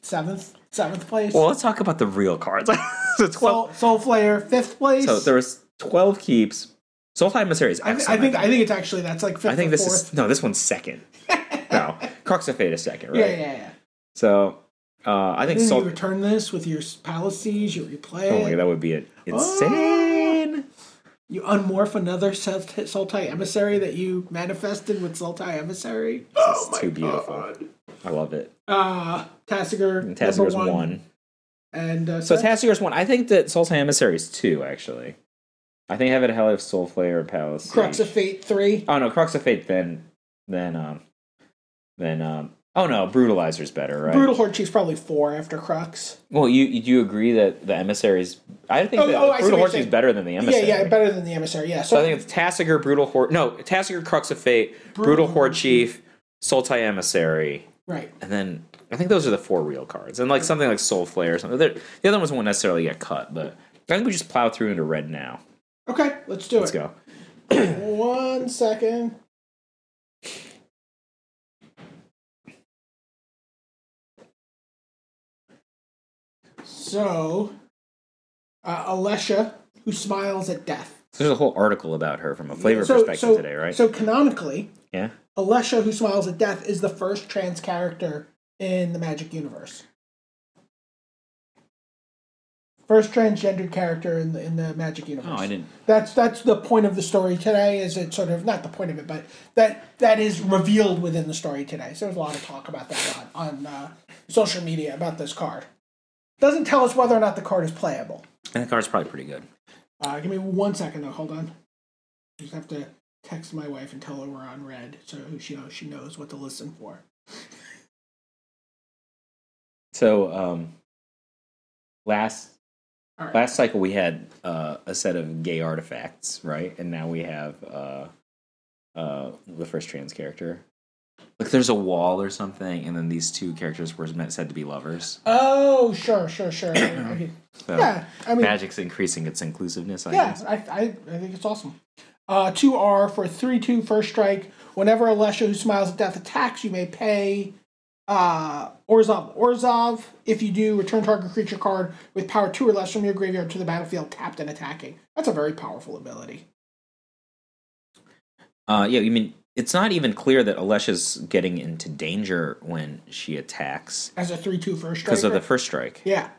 seventh, seventh place.
Well, let's talk about the real cards. [LAUGHS] so twelve.
Soul, Soul Flare, fifth place.
So, there was twelve keeps. Soul Time Mystery is
I, th-
excellent.
I think I think it's actually that's like fifth.
I think
or
this
fourth.
is no. This
[LAUGHS]
one's second. no, Crux of Fate is second, right?
yeah, yeah, yeah.
So uh, I think
Then
Soul.
you return this with your Palace Siege. You replay.
Oh
it.
my god, that would be it. Insane.
You unmorph another Sul- Sultai emissary that you manifested with Sultai emissary.
It's too beautiful. I love it.
Uh, Tassiger,
And Tassiger's
number
one.
one, and uh,
So Tassiger's one. I think that Soul's Emissary is two, actually. I think I have it Hell of Soul Flare and Palace.
Crux
Siege.
of Fate three.
Oh no, Crux of Fate then then um then um oh no, Brutalizer's better, right?
Brutal Horde Chief's probably four after Crux.
Well you you do agree that the emissaries I think
Oh,
that
oh, I see what
Brutal
you're
Horse is
saying.
better than the emissary.
Yeah, yeah, better than the emissary. Yeah, so,
So I think it's Tassiger, Brutal Horde no, Tassiger Crux of Fate, Brutal, Horde Chief, Sultai Emissary,
right.
and then I think those are the four real cards, and like something like Soul Flare or something. They're, the other ones won't necessarily get cut, but I think we just plow through into red now.
Okay, let's do
Let's
it.
go.
One second. So, uh, Alesha, who smiles at death.
So there's a whole article about her from a flavor
so,
perspective
so,
today, right?
So canonically,
yeah.
Alesha, who smiles at death, is the first trans character in the Magic universe. First transgendered character in the in the Magic universe.
Oh, I didn't.
That's that's the point of the story today. Is it sort of not the point of it, but that that is revealed within the story today. So there's a lot of talk about that on, on uh, social media about this card. Doesn't tell us whether or not the card is playable.
And the card's probably pretty good.
Uh, give me one second though. Hold on. Just have to text my wife and tell her we're on red, so she knows she knows what to listen for.
So um, last
All right.
last cycle we had uh, a set of gay artifacts, right? And now we have uh, uh, the first trans character. Like there's a wall or something, and then these two characters were meant said to be lovers.
Oh, sure, sure, sure. [COUGHS] Okay.
So
yeah, I mean,
magic's increasing its inclusiveness. I
yeah,
guess.
I, I, I think it's awesome. Uh, 2R for 3 2 first strike. Whenever Alesha who smiles at death attacks, you may pay uh, Orzov. Orzov, if you do, return target creature card with power 2 or less from your graveyard to the battlefield tapped and attacking. That's a very powerful ability.
Uh, yeah, I mean, it's not even clear that Alesha's getting into danger when she attacks
As a 3 2 first strike.
because of the first strike.
Yeah.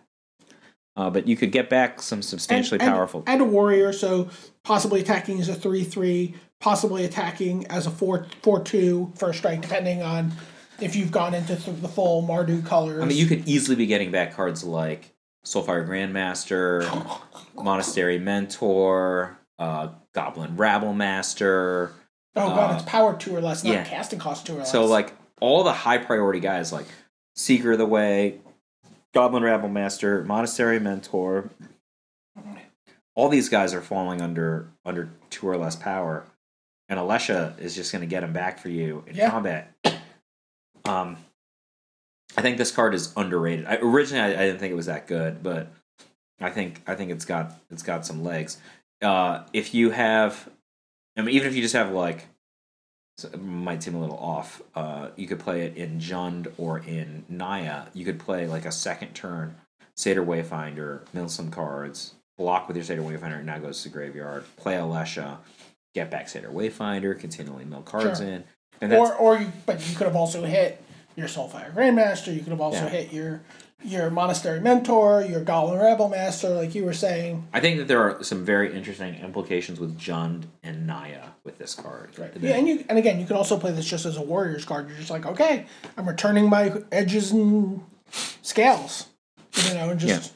Uh, but you could get back some
And-
substantially
and-
powerful.
And, a warrior, so possibly attacking as a 3 3, possibly attacking as a 4 4 2 first strike, depending on if you've gone into th- the full Mardu colors.
I mean, you could easily be getting back cards like Soulfire Grandmaster, Monastery Mentor, uh, Goblin Rabble Master.
Oh god, it's power two or less, not
Um, yeah.
casting cost two or less.
So, like, all the high priority guys like Seeker of the Way, Goblin Rabble Master, Monastery Mentor. All these guys are falling under under two or less power, and Alesha is just going to get them back for you in
Yeah.
combat. Um, I think this card is underrated. I, originally, I, I didn't think it was that good, but I think I think it's got it's got some legs. Uh, if you have, I mean, even if you just have like, so it might seem a little off. Uh, you could play it in Jund or in Naya. You could play like a second turn Seder Wayfinder, mill some cards, block with your Seder Wayfinder, it now goes to the graveyard. Play Alesha, get back Seder Wayfinder, continually mill cards
Sure.
in, And that's
Or or you, but you could have also hit your Soulfire Grandmaster. You could have also
Yeah.
hit your your Monastery Mentor, your Goblin Rebel Master, like you were saying.
I think that there are some very interesting implications with Jund and Naya with this card. Right.
Yeah, and you and again, you can also play this just as a warrior's card. You're just like, okay, I'm returning my edges and scales, you know, and just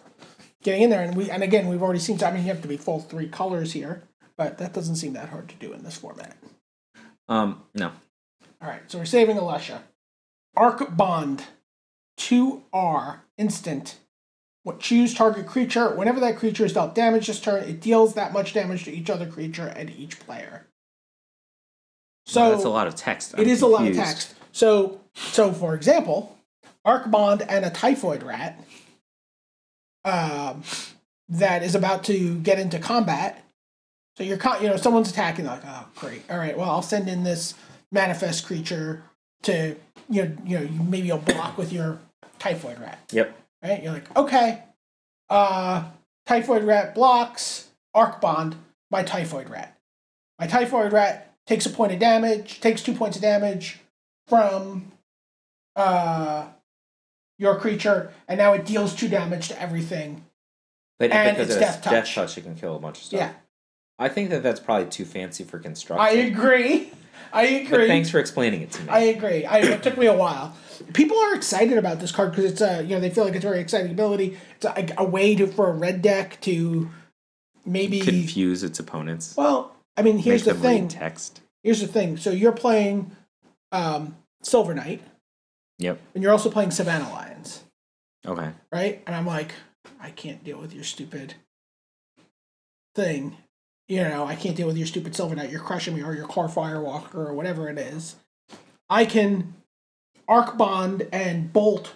getting in there. And we and again, we've already seen. I mean, you have to be full three colors here, but that doesn't seem that hard to do in this format.
Um, no.
All right, so we're saving Alesha. Arc Bond, two R, instant. What choose target creature? Whenever that creature is dealt damage this turn, it deals that much damage to each other creature and each player. So
that's a lot of text.
it
I'm
is a lot of
confused.
text. So, so for example, Archbond and a Typhoid Rat um, that is about to get into combat. So you're, co- you know, someone's attacking. Like, oh, great. All right. Well, I'll send in this manifest creature to, you know, you know, maybe you'll block with your Typhoid Rat
Yep.
right? You're like, okay, uh, typhoid rat blocks arc bond my typhoid rat. My typhoid rat takes a point of damage, takes two points of damage from uh, your creature, and now it deals two damage to everything.
But
And
because
it's
it's
death
death,
touch.
death touch, it can kill a bunch of stuff.
Yeah,
I think that that's probably too fancy for construction.
I agree. I
But
agree.
thanks for explaining it to me.
I agree. I, it took me a while. People are excited about this card because it's a you know they feel like it's a very exciting ability. It's a, a way to for a red deck to maybe
Confuse its opponents.
Well, I mean, here's
Make
the
them
thing.
read text.
Here's the thing. So you're playing um, Silver Knight,
Yep.
and you're also playing Savannah Lions,
Okay.
right? And I'm like, I can't deal with your stupid thing. You know, I can't deal with your stupid Silver Knight. You're crushing me, or your Car Firewalker, or whatever it is. I can Arc Bond and Bolt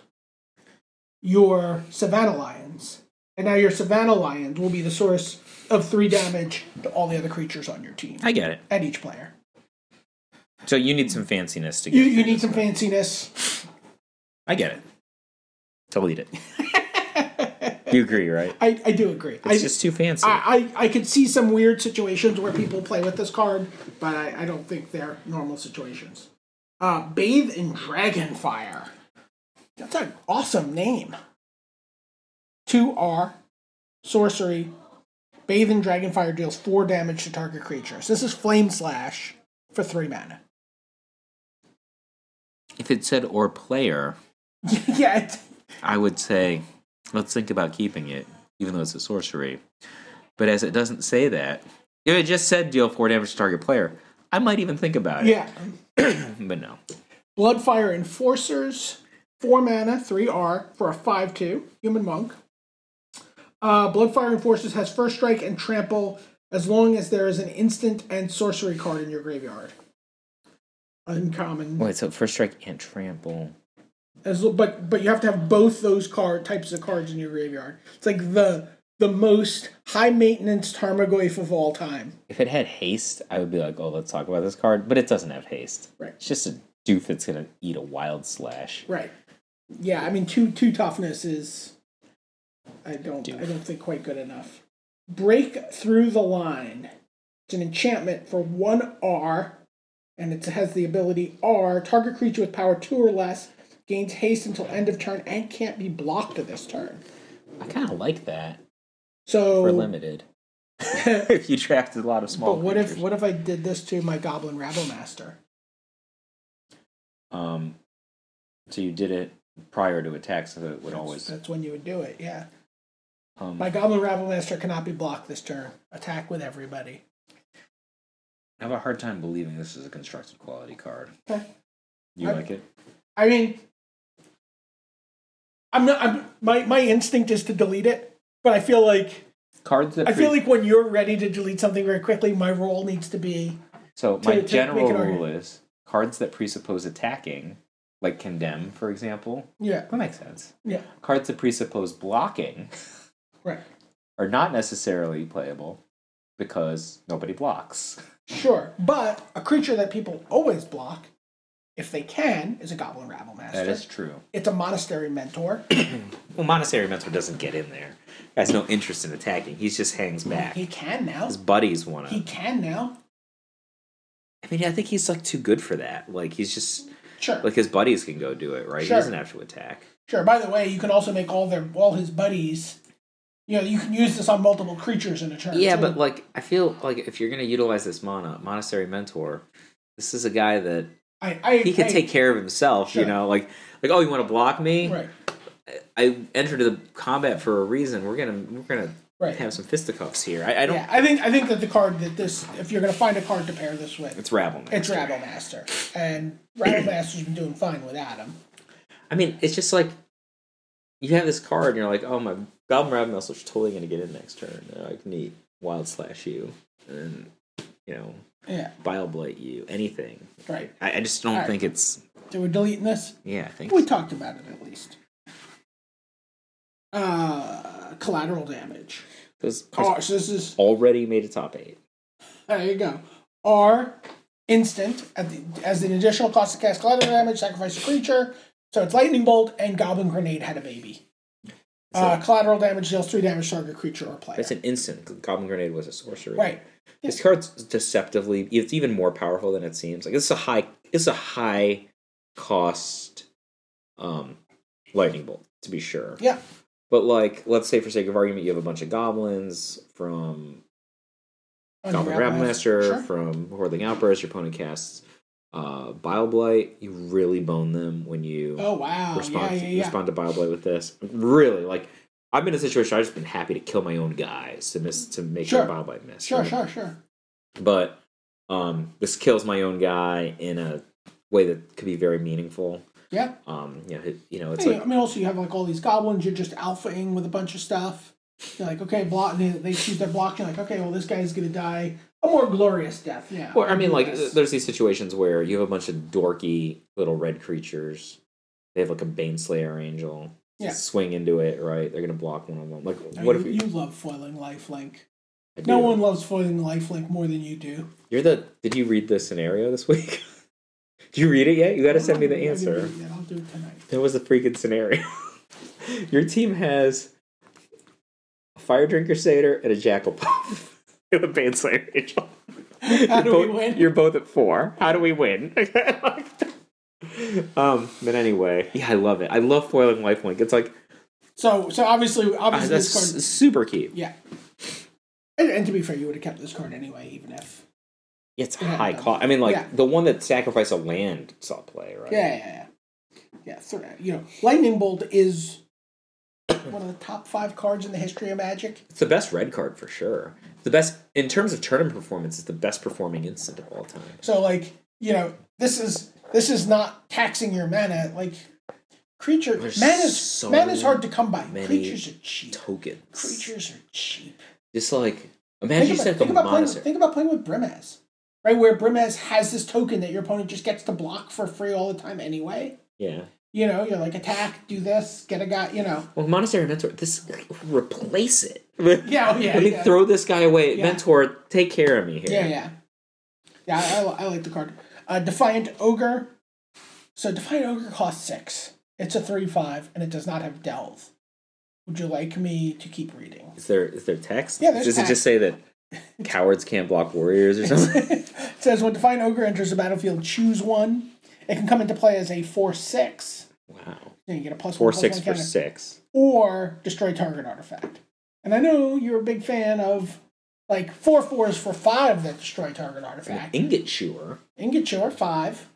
your Savannah Lions, and now your Savannah Lions will be the source of three damage to all the other creatures on your team
I get it.
and each player.
So you need some fanciness to get.
You, you need some fanciness.
I get it. Delete it.
[LAUGHS]
you agree, right?
I, I do agree. I,
It's just too fancy.
I, I, I could see some weird situations where people play with this card, but I, I don't think they're normal situations. Uh, Bathe in Dragon Fire. That's an awesome name. 2R, sorcery. Bathe in Dragon Fire deals 4 damage to target creatures. This is Flame Slash for 3 mana. [LAUGHS]
if it said or player,
yeah, it's,
I would say let's think about keeping it, even though it's a sorcery. But as it doesn't say that, if it just said deal four damage to target player, I might even think about it.
yeah.
But no.
Bloodfire Enforcers, four mana, three R for a five-two human monk. Uh, Bloodfire Enforcers has first strike and trample as long as there is an instant and sorcery card in your graveyard. Uncommon,
Wait, so first strike and trample.
as but but you have to have both those card types of cards in your graveyard. It's like the the most high maintenance Tarmogoyf of all time.
If it had haste, I would be like, oh, let's talk about this card. But it doesn't have haste.
Right.
It's just a doof that's going to eat a wild slash.
Right. Yeah, I mean two two toughness is I don't I don't think quite good enough. Break through the line. It's an enchantment for one R and it has the ability R target creature with power two or less gains haste until end of turn and can't be blocked this turn.
I kind of like that
So
for limited. [LAUGHS] if you drafted a lot of small
but what if
creatures.
what if I did this to my goblin rabble master?
Um, so you did it prior to attack, so that it would always.
That's when you would do it, yeah.
Um,
My goblin rabble master cannot be blocked this turn. Attack with everybody.
I have a hard time believing this is a constructed quality card.
Okay.
You
I-
like it?
I mean, I'm not. I'm, my my instinct is to delete it, but I feel like
Cards that
I feel
pre-
like when you're ready to delete something very quickly, my role needs to be
so.
to-
My
to make
general
an argument.
rule is cards that presuppose attacking, like condemn, for example.
yeah,
That makes sense.
yeah,
Cards that presuppose blocking
right,
are not necessarily playable because nobody blocks.
sure. But a creature that people always block, if they can, is a goblin rabble master.
That is true.
It's a monastery mentor.
Well, Monastery Mentor doesn't get in there. Has no interest in attacking. He just hangs back.
he can now.
His buddies want to.
He can now.
I mean, I think he's like too good for that. Like he's just
Sure.
like his buddies can go do it,
Sure.
right? He doesn't have to attack.
Sure. By the way, you can also make all their all his buddies. You know, you can use this on multiple creatures in a turn.
Yeah,
too.
but like I feel like if you're gonna utilize this mana monastery mentor, this is a guy that
I, I
he can
I-
take care of himself.
Sure.
You know, like like oh, you want to block me?
right,
I entered the combat for a reason. We're gonna we're gonna
right.
have some fisticuffs here. I, I don't.
yeah, I think I think that the card that this if you're going to find a card to pair this with,
It's rabble. Master.
it's Rattle Master, and Rattle Master's been doing fine with Adam.
I mean, it's just like you have this card and you're like, oh my Goblin Rabble Master's totally gonna get in next turn. And I can eat Wild Slash you and you know
Yeah,
Bile Blight you. Anything.
right.
I, I just don't
Alright.
think it's.
So we're deleting this.
Yeah, I think.
We talked about it at least. Uh, collateral damage.
Those cards
R, so this is
already made a top eight.
There you go. Or instant at the, as an additional cost to cast collateral damage, sacrifice a creature. So it's lightning bolt and goblin grenade had a baby. uh, collateral damage deals three damage to target creature or player.
That's an instant. 'cause Goblin Grenade was a sorcery.
Right.
This card's deceptively. It's even more powerful than it seems. Like it's a high. It's a high cost. Um, lightning bolt to be sure.
Yeah.
But like, let's say for sake of argument, you have a bunch of goblins from Goblin Rabble Master,
Sure.
from Hordling Outburst. Your opponent casts uh, Bile Blight. You really bone them when you
Oh wow!
respond
yeah, yeah, yeah.
respond to Bile Blight with this. Really, like I've been in a situation I've just been happy to kill my own guys to miss to make
Sure.
sure Bile Blight miss.
Sure,
right?
sure, sure.
But um, this kills my own guy in a way that could be very meaningful.
Yeah.
Um, you know, it- you know, it's
Hey,
like
I mean, also you have like all these goblins. You're just alphaing with a bunch of stuff. You're like, okay, block. They, they choose their block. You're like, okay, well, this guy's gonna die a more glorious death. Yeah.
Well, I mean, like,
Yes.
there's these situations where you have a bunch of dorky little red creatures. They have like a Baneslayer angel.
Yeah.
Swing into it, right? They're gonna block one of them. Like,
Oh,
what
you,
if we,
you love foiling lifelink?
I
No
do.
one loves foiling lifelink more than you do.
You're the. Did you read the scenario this week? [LAUGHS] did you read it yet? You gotta send me
I
the
didn't
answer.
read that. I'll do it tonight.
That was the freaking scenario. [LAUGHS] Your team has a fire drinker satyr and a jackal puff. [LAUGHS] and a Baneslayer angel.
How do we
both-
win?
You're both at four. How do we [LAUGHS] win? um, but anyway, yeah, I love it. I love foiling lifelink. It's like
So, so obviously,
ah,
obviously,
that's
this card.
s- super key.
Yeah. And, and to be fair, you would have kept this card anyway, even if.
It's
Yeah.
high cost. I mean, like
Yeah.
the one that sacrificed a land saw play, right?
Yeah, yeah, yeah. Yeah, thr- you know, lightning bolt is one of the top five cards in the history of Magic.
It's the best red card for sure. The best in terms of tournament performance. It's the best performing instant of all time.
So, like, you know, this is this is not taxing your mana. Like, creature
There's
mana's
so
mana's hard to come by.
many
Creatures are cheap.
Tokens.
Creatures are cheap.
Just like
Think
imagine you
about,
said the
think about playing,
monastery.
think about playing with Brimaz, right? Where Brimaz has this token that your opponent just gets to block for free all the time anyway.
Yeah.
You know, you're like attack, do this, get a guy. You know,
Well, monastery mentor. This replace it.
[LAUGHS] yeah, oh, yeah,
Let me
yeah.
throw this guy away.
Yeah.
Mentor, take care of me here.
yeah, yeah, yeah. I, I, li- I like the card. Uh, Defiant Ogre. So Defiant Ogre costs six. It's a three-five, and it does not have delve. Would you like me to keep reading?
Is there is there text?
Yeah, there's
Does
text.
it just say that cowards can't block warriors or something?
[LAUGHS] it says when Defiant Ogre enters the battlefield, choose one. It can come into play as a four-six.
wow.
You get a plus
Four
one, plus
six
one
for
counter.
six.
or destroy target artifact. And I know you're a big fan of like four fours for five that destroy target artifact.
Ingot chewer.
Ingature five.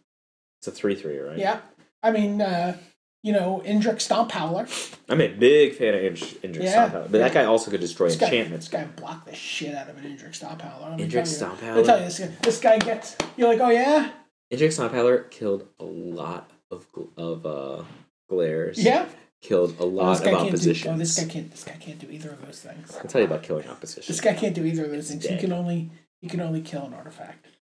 It's a three three, right?
Yeah. I mean, uh, you know, Indrik Stomp Howler.
I'm a big fan of Indric Ind-
Yeah.
But that guy also could destroy
This guy, this
enchantments.
guy blocked the shit out of an Indrik Stomp Howler.
Indrik Stomp
I'll tell you this guy, this guy gets you're like, oh yeah?
Indric Snaphaller killed a lot of gl- of uh, glares.
Yeah.
Killed a
Oh,
lot
this
of
guy can't do, oh, this
oppositions.
guy can't this guy can't do either of those things.
I'll tell you about killing opposition.
This guy can't do either of those things. He
Dead.
can only he can only kill an artifact. [LAUGHS]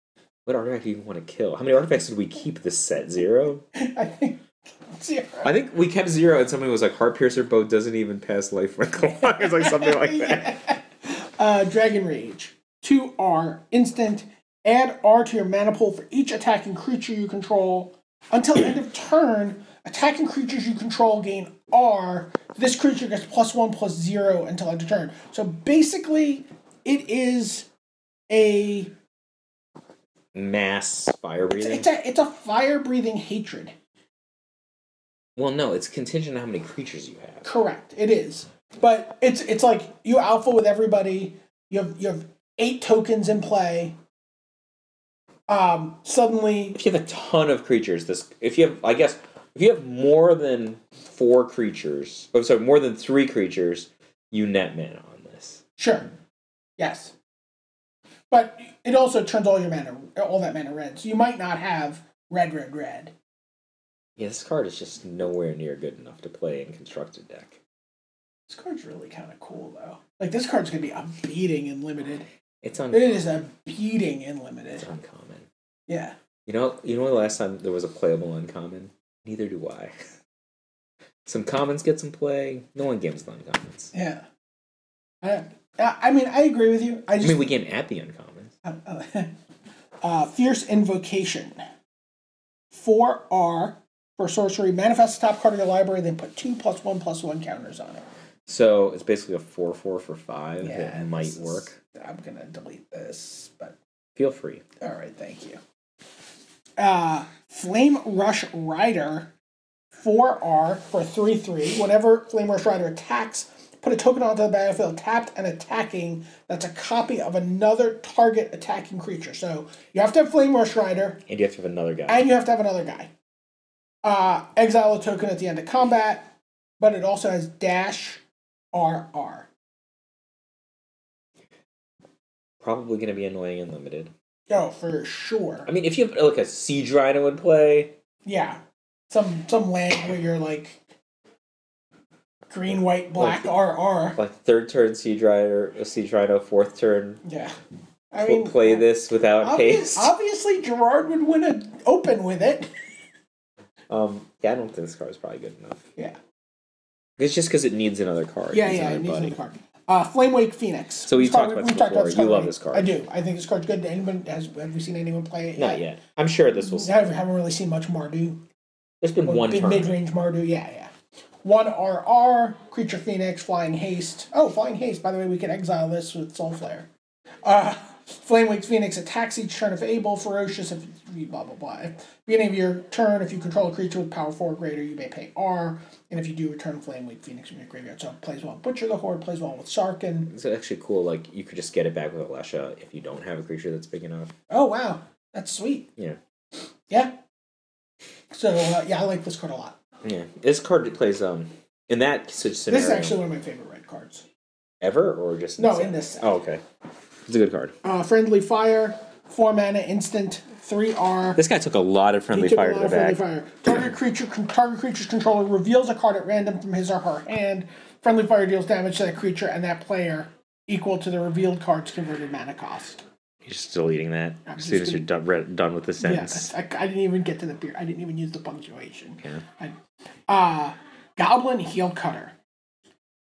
What artifact do you want to kill? How many artifacts did we keep this set? Zero?
I think [LAUGHS] zero.
I think we kept zero, and somebody was like, "Heart Piercer bow doesn't even pass life wrinkle." [LAUGHS] it's like something like that.
[LAUGHS] Uh, Dragon Rage. 2R, instant. Add R to your mana pool for each attacking creature you control. Until end of turn, attacking creatures you control gain R. This creature gets plus one, plus zero until end of turn. So basically, it is a
mass fire breathing.
It's a it's a fire breathing hatred.
well, no, it's contingent on how many creatures you have.
Correct. It is. But it's it's like you alpha with everybody. You have you have eight tokens in play. Um suddenly
If you have a ton of creatures, this if you have, I guess, if you have more than four creatures, oh sorry, more than three creatures, you net mana on this.
sure. Yes. But it also turns all your mana all that mana red. So you might not have red red red.
Yeah, this card is just nowhere near good enough to play in constructed deck.
This card's really kind of cool though. Like this card's going to be a beating in limited.
It's
It
uncommon.
is a beating in limited.
It's uncommon.
Yeah.
You know, you know, the last time there was a playable uncommon. Neither do I. [LAUGHS] some commons get some play. No one games the uncommons.
Yeah. I, I I mean, I agree with you. I
I
just
mean, we game at the uncommons.
Uh, [LAUGHS] uh, Fierce Invocation. 4R for sorcery. Manifest the top card of your library, then put two plus one plus one counters on it.
So it's basically a four four for five.
Yeah,
that might
this is-
work.
I'm going to delete this, but
Feel free.
all right, thank you. Uh, Flame Rush Rider. 4R for 3 3. Whenever Flame Rush Rider attacks, put a token onto the battlefield tapped and attacking. That's a copy of another target attacking creature. So you have to have Flame Rush Rider.
And you have to have another guy.
and you have to have another guy. Uh, exile a token at the end of combat, but it also has dash RR.
Probably going to be annoying and limited.
Oh, for sure.
I mean, if you have like a siege rhino would play,
Yeah, some some land where you're like green, white, black RR.
like third turn siege rider, siege rhino, fourth turn.
Yeah, I
we'll
mean,
play this without
obvious-
haste.
obviously, Gerard would win an open with it.
Um, yeah, I don't think this card is probably good enough.
Yeah,
It's just because it needs another card.
yeah,
needs
yeah.
another
It needs
body.
another card. Uh, Flame Wake Phoenix.
So we've
This card-
talked about
we've
this
this
before. You love
already.
this card.
I do. I think this card's good. Anyone has? Have we seen anyone play it?
Not yet. I'm sure this will.
I haven't really seen much Mardu.
There's been one
Mid-
turn.
mid-range Mardu, yeah, yeah. One RR, Creature Phoenix, Flying Haste. Oh, Flying Haste. By the way, we can exile this with Soul Flare. Uh, Flame Wake Phoenix attacks each turn if able, ferocious if you blah blah blah. At the beginning of your turn, if you control a creature with power four or greater, you may pay R, and if you do, return Flame Wake Phoenix from your graveyard. So it plays well with Butcher the Horde, plays well with Sarkin.
It's actually cool. Like you could just get it back with Alesha if you don't have a creature that's big enough.
Oh wow, that's sweet.
Yeah,
Yeah. So uh, yeah, I like this card a lot.
yeah. This card plays um in that s- scenario
This is actually one of my favorite red cards.
ever or just
No,
set?
in this set.
Oh, okay. It's a good card.
uh, friendly fire, four mana instant, three R.
This guy took a lot of friendly fire to the back.
fire. Target creature, con- target creature's controller reveals a card at random from his or her hand. Friendly fire deals damage to that creature and that player equal to the revealed card's converted mana cost.
You're just deleting that
I'm
as
just
soon as
gonna-
you're done, re- done with the sentence.
Yes, I, I didn't even get to the beer. I didn't even use the punctuation.
Yeah.
I, uh, Goblin heel cutter,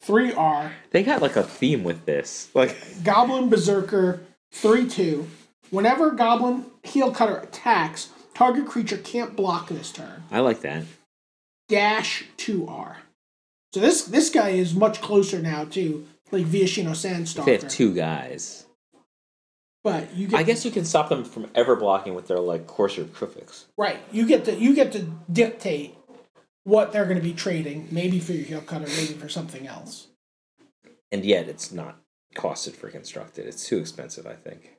three R.
They got like a theme with this. Like
Goblin Berserker 3 2. Whenever Goblin Heel Cutter attacks, target creature can't block this turn.
I like that.
Dash 2R. So this this guy is much closer now to like Viashino Sandstalker.
They have two guys.
But you get
I guess you can stop them from ever blocking with their like coarser prefix.
right. You get to you get to dictate what they're gonna be trading, maybe for your heel cutter, maybe for something else.
And yet it's not costed for constructed. It's too expensive, I think.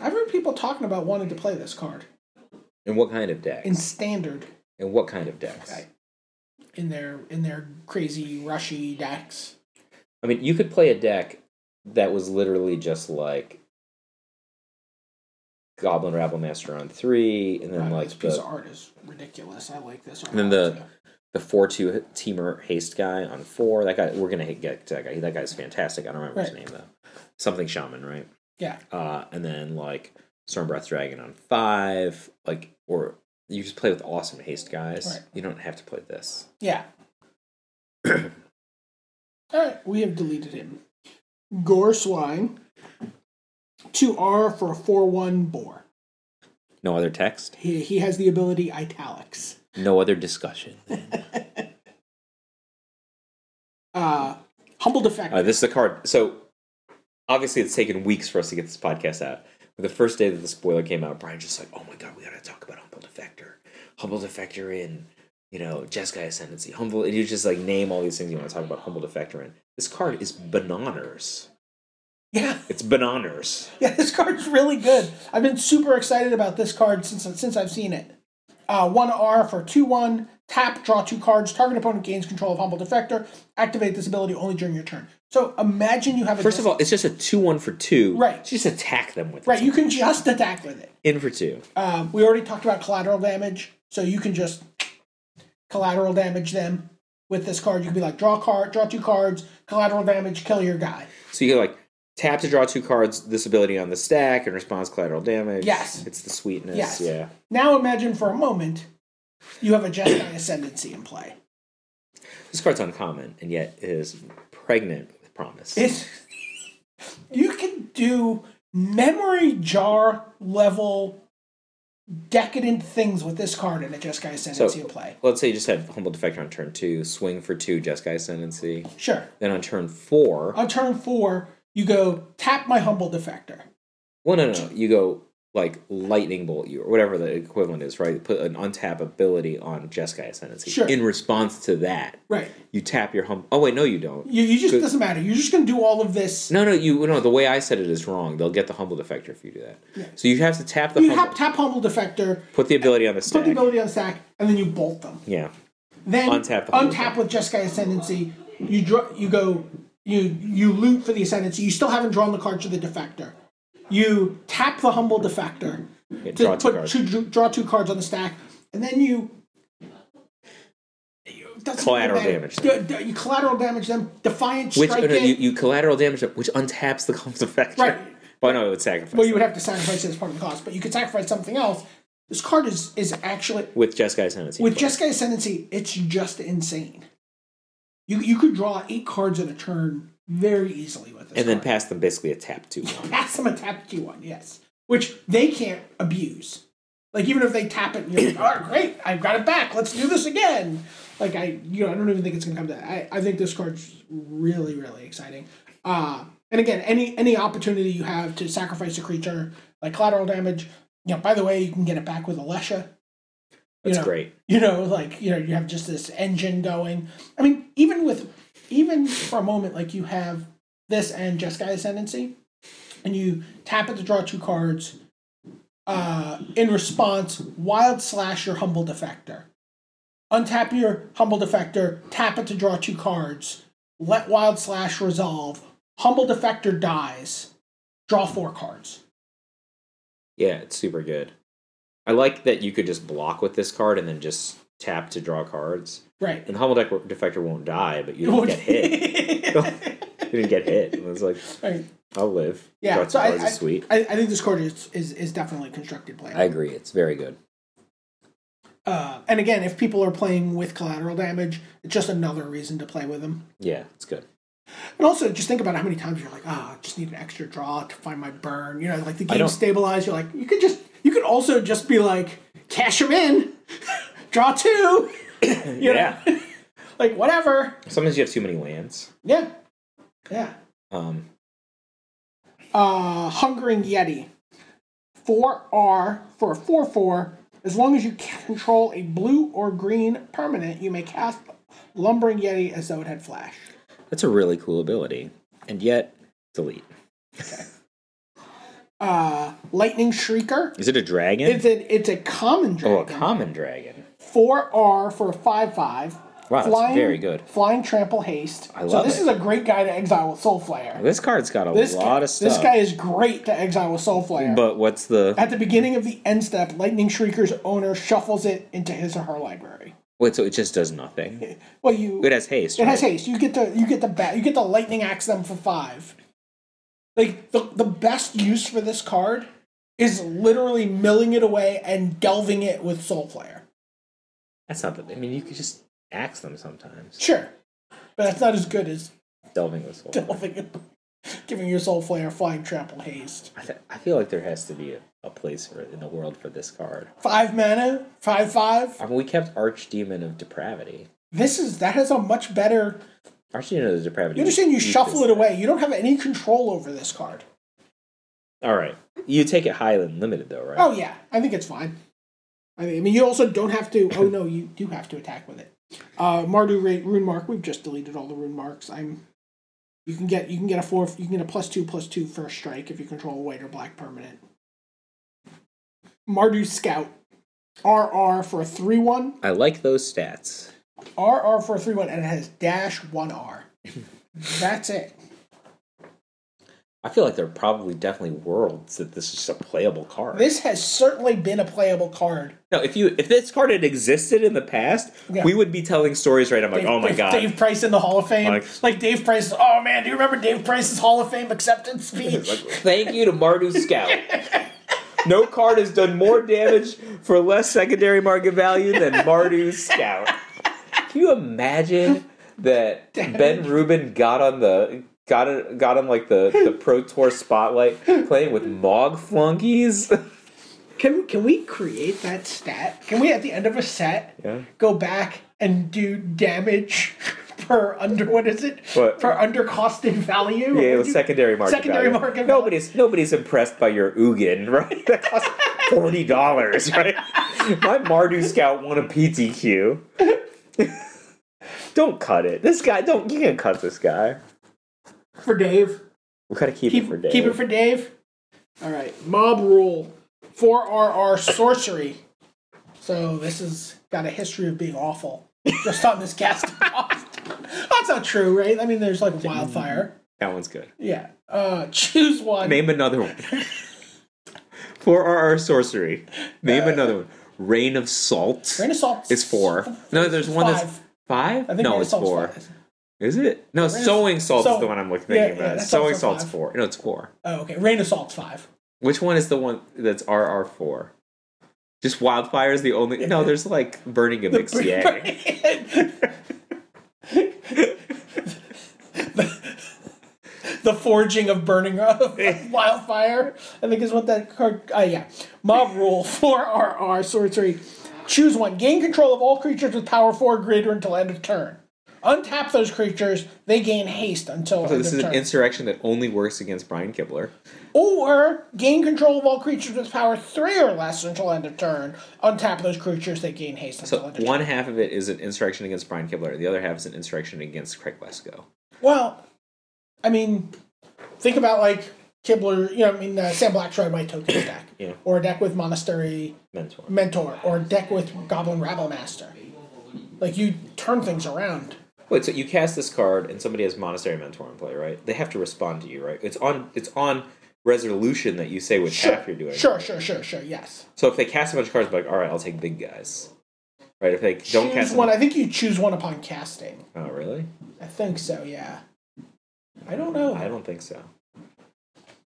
I've heard people talking about wanting to play this card.
And what kind of decks?
In standard
And what kind of decks?
Right. in their in their crazy rushy decks.
I mean, you could play a deck that was literally just like Goblin Rabble Master on three, and then
Uh,
like
this piece
the,
of art is ridiculous. I like this. Art
And then
a lot,
the-
too.
the four two teamer haste guy on four. That guy, we're gonna hit, get to that guy. That guy's fantastic. I don't remember his
Right.
name though. Something shaman, right?
yeah,
Uh, and then like Stormbreath Dragon on five, like or you just play with awesome haste guys.
Right.
You don't have to play this. [CLEARS THROAT]
yeah. All right, we have deleted him. Gore swine. Two R for a four one boar.
No other text.
He he has the ability italics.
No other discussion.
Uh, humble defect.
Uh, this is a card. So obviously, it's taken weeks for us to get this podcast out. the first day that the spoiler came out, Brian just like, oh my god, we gotta talk about Humble Defector, Humble Defector in, you know, Jeskai Ascendancy, Humble, and you just like name all these things you want to talk about Humble Defector in. This card is bananas.
Yeah,
It's bananas.
[LAUGHS] yeah, this card's really good. I've been super excited about this card since since I've seen it. Uh, one R for two one tap draw two cards. Target opponent gains control of humble defector. Activate this ability only during your turn. So imagine you have a
First of all, it's just a two-one for two.
Right.
Just attack them with
right.
it.
You can just [LAUGHS] attack with it.
in for two.
Um, we already talked about collateral damage, so you can just collateral damage them with this card. You can be like draw card, draw two cards, collateral damage, kill your guy.
So you like tap to draw two cards, this ability on the stack, and response collateral damage.
Yes.
It's the sweetness.
Yes.
Yeah.
Now imagine for a moment you have a Jedi ascendancy in play.
This card's uncommon and yet is pregnant with promise.
It's you can do memory jar level decadent things with this card in a Jedi ascendancy in play.
Let's say you just had Humble Defector on turn two, swing for two, Jeskai Ascendancy.
Sure.
Then on turn four,
On turn four, you go tap my humble defector.
well, no, no, no, you go like lightning bolt you or whatever the equivalent is, right? Put an untap ability on Jeskai Ascendancy.
Sure.
In response to that,
Right.
you tap your hum. Oh wait, no, you don't.
You, you just
Good.
doesn't matter. You're just gonna do all of this.
No, no, you no. The way I said it is wrong. They'll get the humble defector if you do that. So you have to tap the
you
humble,
have tap humble defector,
put the ability on the stack.
put the ability on stack, and then you bolt them.
yeah,
Then
Untap the humble
untap with Jeskai ascendancy. You draw. You go. You you loot for the ascendancy. You still haven't drawn the card to the defector. You tap the humble defector
Yeah,
to
draw two
put
cards.
two- dr- draw two cards on the stack, and then you. you- doesn't
Collateral
matter.
damage
D- d- You collateral damage them. Defiant
which oh,
strike
no,
it.
you, you collateral damage it, which untaps the humble defector. [LAUGHS]
Right.
Well, no, it would sacrifice.
Well, you
it.
would have to sacrifice it as part of the cost, but you could sacrifice something else. This card is is actually
with Jeskai Ascendancy.
with Jeskai Ascendancy, it's just insane. You you could draw eight cards in a turn very easily with this,
and then
card.
pass them basically a tap two.
[LAUGHS] pass them a tap Q one, yes, which they can't abuse. Like even if they tap it, and you're like, oh great, I've got it back. Let's do this again. Like I, you know, I don't even think it's gonna come to that. I, I think this card's really really exciting. Uh, and again, any any opportunity you have to sacrifice a creature like collateral damage, you know. By the way, you can get it back with Alesha.
That's
know,
great.
You know, like you know, you have just this engine going. I mean, even with even for a moment, like you have this and Jeskai Ascendancy, and you tap it to draw two cards. Uh, in response, Wild Slash your Humble Defector. Untap your Humble Defector, tap it to draw two cards. Let Wild Slash resolve. Humble Defector dies. Draw four cards.
Yeah, it's super good. I like that you could just block with this card and then just tap to draw cards.
Right. [LAUGHS]
And humble Dec- defector won't die, but you didn't get hit. you didn't get hit. And it's like
[LAUGHS] Right.
I'll live.
Yeah,
Draw two
so I-
cards is sweet.
I, I think this card is, is, is definitely constructed play.
I agree. It's very good.
Uh, and again, if people are playing with collateral damage, it's just another reason to play with them.
Yeah, it's good.
And also, just think about how many times you're like, ah, I just need an extra draw to find my burn. You know, like the game
don't-
stabilized. You're like, you could just, you could also just be like, cash them in, [LAUGHS] draw
[COUGHS]
two, You know?
Yeah.
[LAUGHS] like whatever.
Sometimes you have too many lands.
Yeah, yeah.
Um,
uh, Hungering Yeti. 4R for a 4 4. As long as you control a blue or green permanent, you may cast Lumbering Yeti as though it had flash.
that's a really cool ability, and yet delete.
Uh, Lightning Shrieker.
Is it a dragon?
It's a, it's a common
oh, a
dragon.
common dragon.
4R for a 5 5.
Wow, that's very good.
Flying Trample Haste.
I
so
love
this is
it.
a great guy to exile with Soul Flare.
This card's got a
This,
lot
guy,
of stuff.
this guy is great to exile with Soul Flare.
But what's the?
At the beginning of the end step, Lightning Shrieker's owner shuffles it into his or her library.
Wait, so it just does
[LAUGHS]
nothing.
Well, you
It has haste.
it has
right?
haste. You get the you get the bat you get the lightning axe them for five. Like the the best use for this card is literally milling it away and delving it with Soul Flare.
That's not the. I mean, you could just axe them sometimes.
Sure, but that's not as good as
Delving with soul.
delving it, giving your Soul Flare flying trample haste.
I, th- I feel like there has to be a, a place for, in the world for this card.
Five mana, five five.
I mean, we kept Archdemon of Depravity.
This is that has a much better.
Archdemon of Depravity.
You understand? You
beat
shuffle it
this
away. You don't have any control over this card.
All right. You take it Highland Limited though, right?
Oh yeah, I think it's fine. I mean, I mean, you also don't have to. Oh no, you do have to attack with it. Uh, Mardu rate rune mark. We've just deleted all the rune marks. I'm. You can get you can get a four. You can get a plus two plus two first strike if you control a white or black permanent. Mardu scout. RR for a three one.
I like those stats.
RR for a three one, and it has dash one R. That's it.
I feel like there are probably definitely worlds that this is a playable card.
This has certainly been a playable card.
no, if you if this card had existed in the past,
Yeah.
we would be telling stories right. I'm like,
Dave-
oh my
Dave-
god,
Dave Price in the Hall of Fame. Like,
Like-
Dave Price. Oh man, do you remember Dave Price's Hall of Fame
[LAUGHS]
acceptance speech?
Thank you to Mardu Scout. No card has done more damage for less secondary market value than Mardu Scout. Can you imagine that Ben Rubin got on the got it got on like the, the Pro Tour spotlight playing with Mog Flunkies? [LAUGHS]
can can we create that stat? Can we at the end of a set
Yeah.
go back and do damage [LAUGHS] per under what is it?
What?
Per undercosted value?
Yeah, it was secondary market
Secondary
value.
market value.
Nobody's nobody's impressed by your Ugin, [LAUGHS] right? That costs forty dollars, right? My Mardu Scout won a PTQ. don't cut it. This guy don't you can't cut this guy.
for Dave.
We gotta keep,
Keep
it for Dave.
Keep it for Dave. All right, mob rule four RR sorcery. So this has got a history of being awful. Just on this cast. [LAUGHS] That's not true, right? I mean, there's like wildfire.
that one's good.
Yeah. Uh, choose one.
Name another one. For RR Sorcery. Name another one. Rain of Salt
Grain Uh, of salt.
is four. No, there's one that's
Five.
five?
I think
no,
Grain of
it's
Salt's
four.
five.
Is it? No,
Rain of-
sewing salt
so-
is the one I'm looking
yeah,
thinking
yeah,
about.
that's
sewing
also
salt's
five.
four. No, it's four.
Oh, okay. Rain of salt's five.
Which one is the one that's RR four? Just wildfire is the only. No, there's like burning of XCA.
[LAUGHS] the forging of burning [LAUGHS] of wildfire. I think is what that card. Uh, yeah, mob rule four RR sorcery. Choose one. Gain control of all creatures with power four or greater until end of turn. Untap those creatures. They gain haste until
So
end
[LAUGHS] this
of
is
turn.
an insurrection that only works against Brian Kibler.
or gain control of all creatures with power three or less until end of turn. Untap those creatures. They gain haste until
So
end of turn.
one half of it is an insurrection against Brian Kibler, and the other half is an insurrection against Craig Lesko.
Well, I mean, think about like Kibler. You know, I mean, uh, Sam Black's right my token deck,
[CLEARS THROAT] Yeah.
or a deck with Monastery
Mentor.
Mentor, or a deck with Goblin Rabble Master. Like you turn things around.
Wait, so you cast this card, and somebody has Monastery Mentor in play, right? They have to respond to you, right? It's on. It's on resolution that you say which half you're doing.
Sure, sure, sure, sure. Yes.
So if they cast a bunch of cards, like, all right, I'll take big guys. Right? If they don't
choose
cast
one.
them-
I think you choose one upon casting.
oh, really?
I think so. Yeah. I don't know.
I don't think so.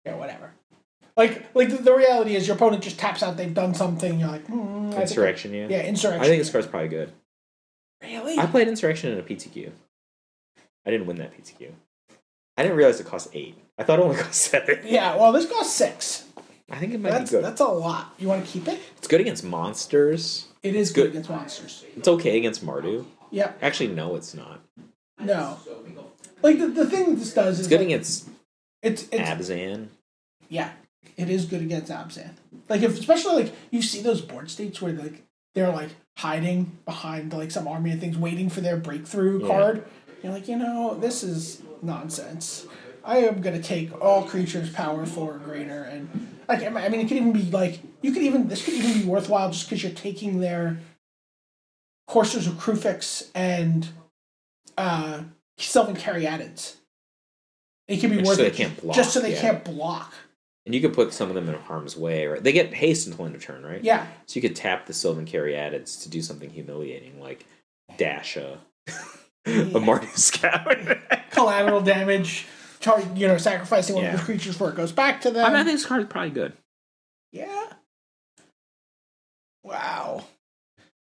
yeah, whatever. Like, like the, the reality is, your opponent just taps out. They've done something. You're like, mm, I think-
Insurrection, yeah.
Yeah, insurrection.
I think this card's probably good.
really.
I played Insurrection in a PTQ. I didn't win that PTQ. I didn't realize it cost eight. I thought it only [LAUGHS] cost seven.
yeah. Well, this costs six.
I think it might
That's
be good.
that's a lot. You want to keep it?
It's good against monsters.
It is
Good.
good against monsters.
It's okay against Mardu.
Yep.
Actually, no, it's not.
No. Like the, the thing that this does is
It's good
like,
against
it's it's
Abzan.
yeah, it is good against Absinthe. Like if especially like you see those board states where like they're like hiding behind like some army of things waiting for their breakthrough card. You're like, you know, this is nonsense. I am gonna take all creatures power four or greater, and like I mean, it could even be like you could even this could even be worthwhile just because you're taking their coursers of Krufix and uh, Sylvan Caryatids. It could be
Just
worth
so they
it
can't block,
just so they
yeah.
can't block.
And you could put some of them in harm's way, right? They get haste until end of turn, right?
Yeah,
So you could tap the Sylvan Caryatids to do something humiliating, like dash a, [LAUGHS] a Mardu Scout.
collateral damage. Charge, you know, sacrificing one
Yeah.
of the creatures before it goes back to them.
I mean, I think this card is probably good.
yeah. Wow.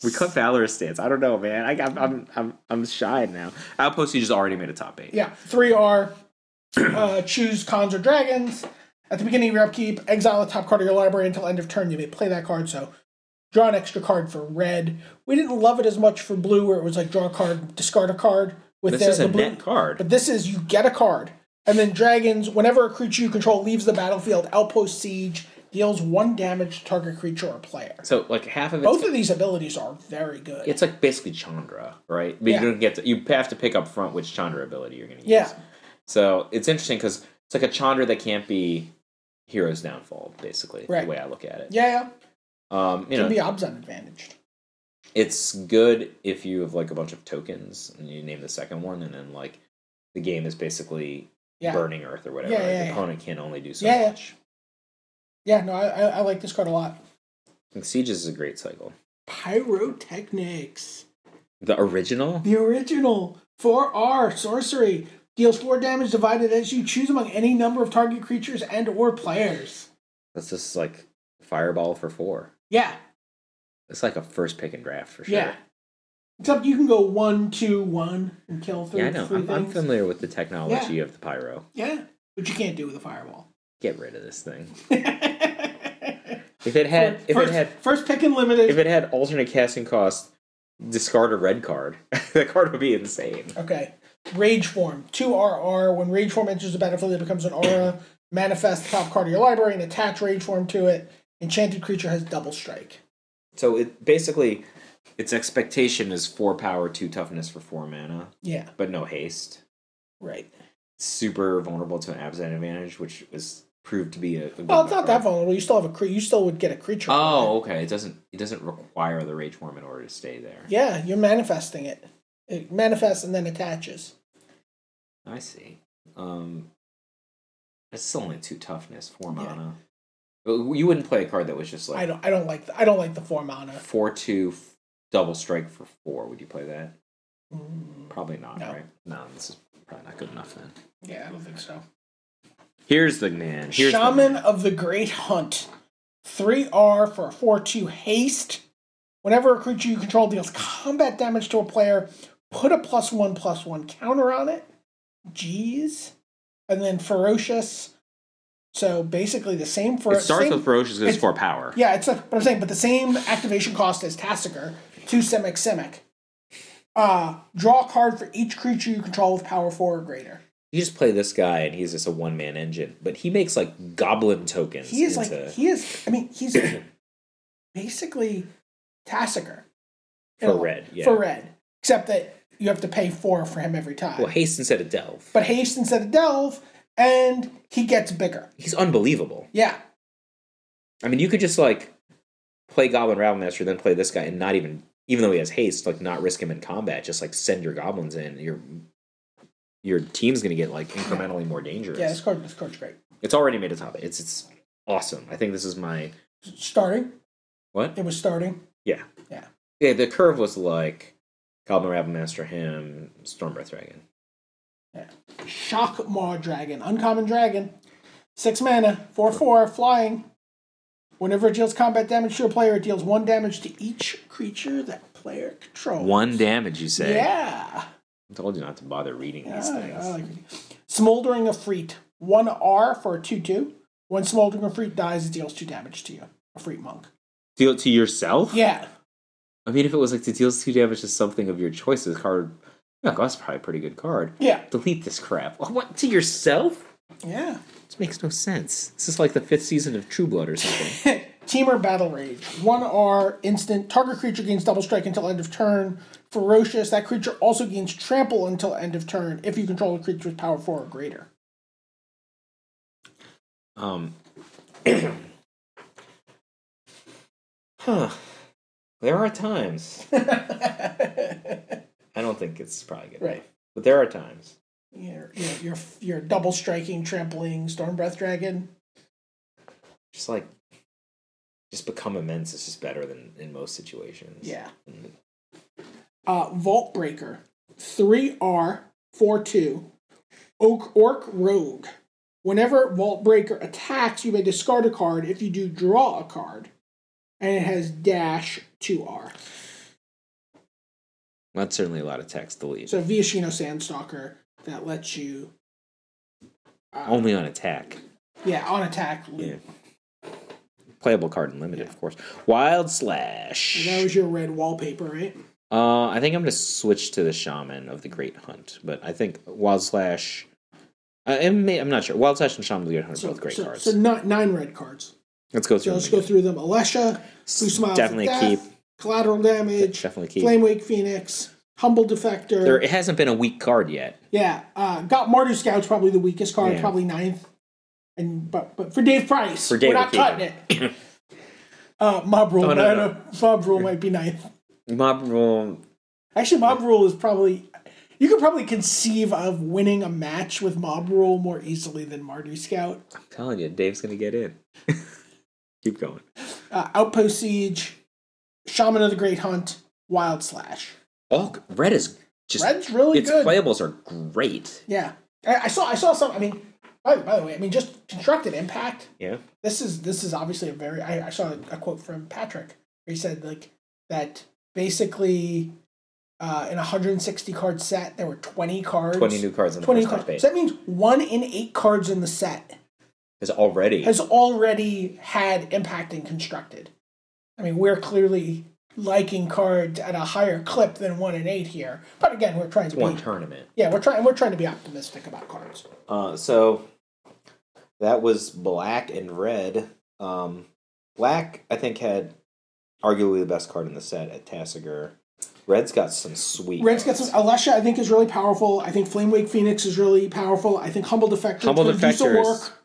We cut Valorous stance. I don't know, man. I, I'm, I'm, I'm, I'm shy now. Outpost, you just already made a top eight.
Yeah, three are uh, choose cons or dragons. At the beginning of your upkeep, exile the top card of your library until end of turn. You may play that card, so draw an extra card for red. We didn't love it as much for blue, where it was like draw a card, discard a card. With
This
the-
is a
the blue-
net card.
But this is you get a card. And then dragons, whenever a creature you control leaves the battlefield, outpost siege deals one damage to target creature or player.
So like half of it's
Both of these abilities are very good.
it's like basically Chandra, right? But
Yeah.
you don't get to, you have to pick up front which Chandra ability you're going to
yeah,
use. So it's interesting because it's like a Chandra that can't be Hero's Downfall, basically.
Right.
The way I look at it.
yeah, yeah.
Um, you
It
know,
can be Obzon advantaged.
it's good if you have like a bunch of tokens and you name the second one, and then like the game is basically
Yeah.
burning Earth or whatever.
Yeah, yeah,
the
yeah.
opponent can only do so
Yeah, yeah.
much.
Yeah, no, I, I, I like this card a lot.
And Sieges is a great cycle.
Pyrotechnics.
The original
The original 4R sorcery deals 4 damage divided as you choose among any number of target creatures and or players.
that's just like Fireball for four.
Yeah,
It's like a first pick and draft for sure.
yeah. Except you can go one, two, one, and kill three,
Yeah, I know.
3
I'm, I'm
things.
familiar with the technology of the pyro.
yeah, but you can't do it with a fireball. [LAUGHS]
Get rid of this thing.
if
If it had, if
first,
it had,
first pick and limited.
if it had alternate casting cost, discard a red card. [LAUGHS] that card would be insane.
Okay. Rage form. Two RR. When rage form enters the battlefield, it becomes an aura. Manifest the top card of your library and attach rage form to it. Enchanted creature has double strike.
So it basically, its expectation is four power, two toughness for four mana,
Yeah.
but no haste.
Right.
Super vulnerable to an absent advantage, which was proved to be a. a good
Well, it's not that
card.
vulnerable. You still have a cre- you still would get a creature. from
Oh, okay. It doesn't. It doesn't require the rage form in order to stay there.
it. Yeah, you're manifesting it. It manifests and then attaches.
I see. Um, it's still only two toughness, four
Yeah.
mana. But You wouldn't play a card that was just
I
like
don't I don't like the, I don't like the four mana.
four two f- double strike for four. Would you play that? Probably not,
Mm, No.
right? No, this is probably not good enough then.
Yeah, I don't think so.
Here's the man. Here's the
Shaman
man.
of the Great Hunt. 3R for a 4 2 haste. Whenever a creature you control deals combat damage to a player, put a plus 1 plus 1 counter on it. Jeez. And then Ferocious. So basically the same for
It starts
same-
with ferocious because it's
it's-
for power.
Yeah, it's like what I'm saying, but the same activation cost as Tassiger, two Simic Simic. Uh, draw a card for each creature you control with power 4 or greater.
You just play this guy, and he's just a one man engine. But he makes like goblin tokens.
he is
into
like he is i mean
[CLEARS THROAT]
he's basically tassiger
For red, yeah.
for red except that you have to pay four for him every time
well haste instead of delve.
but haste instead of delve and he gets bigger
He's unbelievable.
yeah
I mean, you could just like play Goblin Ravel Master, then play this guy, and not even, even though he has haste, like not risk him in combat. Just like send your goblins in. Your your team's gonna get like incrementally more dangerous.
yeah this card this card's great
It's already made a top. eight. It's it's awesome. I think this is my
starting
what?
it was starting
Yeah,
Yeah.
yeah. The curve was like Goblin Ravel Master, him, Stormbreath Dragon.
shock maw dragon uncommon dragon six mana four four flying whenever it deals combat damage to a player it deals one damage to each creature that player controls
One damage, you say?
yeah
I told you not to bother reading these
Yeah,
things.
I like reading. Smoldering Afreet. One R for a 2 2. When Smoldering Afreet dies, it deals 2 damage to you. Afreet Monk.
Deal it to yourself.
Yeah.
I mean, if it was like to deal two damage to something of your choice, this card. Yeah, that's probably a pretty good card.
Yeah.
Delete this crap. Oh, what to yourself?
Yeah.
This makes no sense. This is like the fifth season of True Blood or something.
Teamer Battle Rage. 1R instant. Target creature gains double strike until end of turn. Ferocious. That creature also gains trample until end of turn if you control a creature with power 4 or greater.
[COUGHS] um. huh. There
[LAUGHS]
are times. I don't think it's probably good.
Right.
enough, But there are times.
Your, your, your, your double striking, trampling, storm breath dragon.
Just like, just become immense is just better than in most situations.
Yeah. Uh, Vault Breaker, 3R, 4 2, Oak Orc Rogue. Whenever Vault Breaker attacks, you may discard a card. If you do, draw a card. And it has dash 2R.
That's certainly a lot of text delete.
So Viashino Sandstalker, that lets you,
Only
uh,
on attack.
yeah, on attack. loop.
Playable card and limited, of course. Wild slash.
And that was your red wallpaper, right?
Uh, I think I'm gonna switch to the shaman of the Great Hunt, but I think Wild Slash I, am I'm not sure. Wild Touch and Shaman of the 800 are
So,
both great
so,
cards.
so ni- nine red cards.
let's go
So
through.
let's
them
go
again.
through them. Alesha, Who Smiles
Definitely
at
keep.
Death, Collateral Damage,
Definitely keep.
Flame Wake Phoenix, Humble Defector.
There, it hasn't been a weak card yet.
Yeah, uh, got Mardu Scout's probably the weakest card,
Yeah.
probably ninth. And but but for Dave Price,
Dave,
we're not
we're
cutting it.
[LAUGHS]
uh, mob rule,
Oh, no,
I
no.
don't know, mob rule might be ninth.
Mob rule.
Actually, mob rule is probably you could probably conceive of winning a match with mob rule more easily than Mardu Scout.
I'm telling you, Dave's gonna get in. [LAUGHS] Keep going.
Uh, Outpost Siege, Shaman of the Great Hunt, Wild Slash.
Oh, red is just.
Red's really
its
good.
playables are great.
Yeah, I, I saw I saw some. I mean, by, by the way, I mean just constructed impact.
Yeah.
this is this is obviously a very I, I saw a quote from Patrick where he said like that basically uh, in a 160 card set there were 20 cards
20 new cards in the
20
first top
cards
eight.
so that means one in eight cards in the set
Is already.
has already had impact and constructed I mean we're clearly liking cards at a higher clip than one in eight here but again we're trying to
one
be
tournament.
yeah we're trying we're trying to be optimistic about cards
Uh, so that was black and red. Um, black, I think, had arguably the best card in the set at Tassiger. Red's got some sweet.
Red's got
cards.
some. Alesha, I think, is really powerful. I think Flame Wake Phoenix is really powerful. I think Humble Defector
Humble
is gonna do some
Defector is-
work.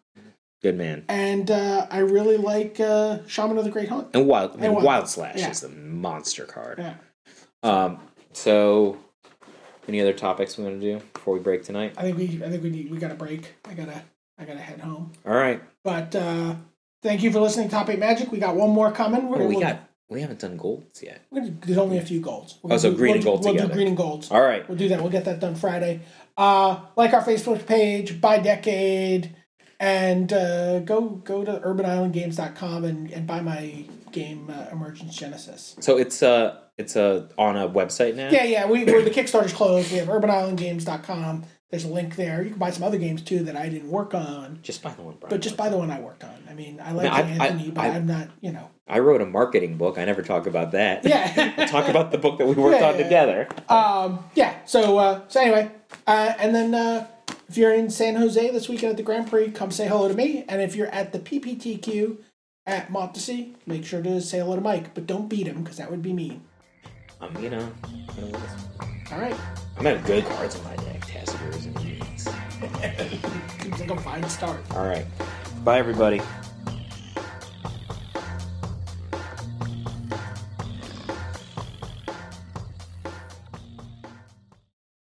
good man.
And uh, I really like uh, Shaman of the Great Hunt.
And wild, I mean,
And
wild,
Wild-
slash
yeah.
is the monster card.
Yeah.
Um, so any other topics we want to do before we break tonight?
I think we. I think we need. We got a break. I gotta. I gotta head home.
All right.
But uh, thank you for listening to Top Eight Magic. We got one more coming. We're
Oh, we
we'll-
got we haven't done golds yet.
we're gonna- there's only a few golds. We're
Oh, so
gonna do-
green
we'll
and
do-
gold
We'll
together.
do green and golds.
All right.
We'll do that. We'll get that done Friday. Uh, like our Facebook page by decade, and uh, go go to urbanislandgames.com and and buy my game uh, Emergence Genesis.
So it's uh it's uh on a website now.
Yeah, yeah. We we're, the Kickstarter's closed. We have urbanislandgames.com. There's a link there. You can buy some other games too that I didn't work on,
Just buy the one. Brian
but just
wrote.
buy the one I worked on. I mean, I like
No, I-
Anthony,
I-
but
I-
I'm not. You know.
I wrote a marketing book. I never talk about that.
Yeah. [LAUGHS]
[LAUGHS] I talk about the book that we worked
Yeah,
on
yeah, yeah.
together.
Um, yeah. So uh, so anyway, uh, and then uh, if you're in San Jose this weekend at the Grand Prix, come say hello to me. And if you're at the PPTQ at Montesi, make sure to say hello to Mike, but don't beat him because that would be mean.
I'm Um, you know, you know,
All right.
I'm at good cards in my deck. Taskers and units.
Seems like a fine start.
All right. Bye everybody.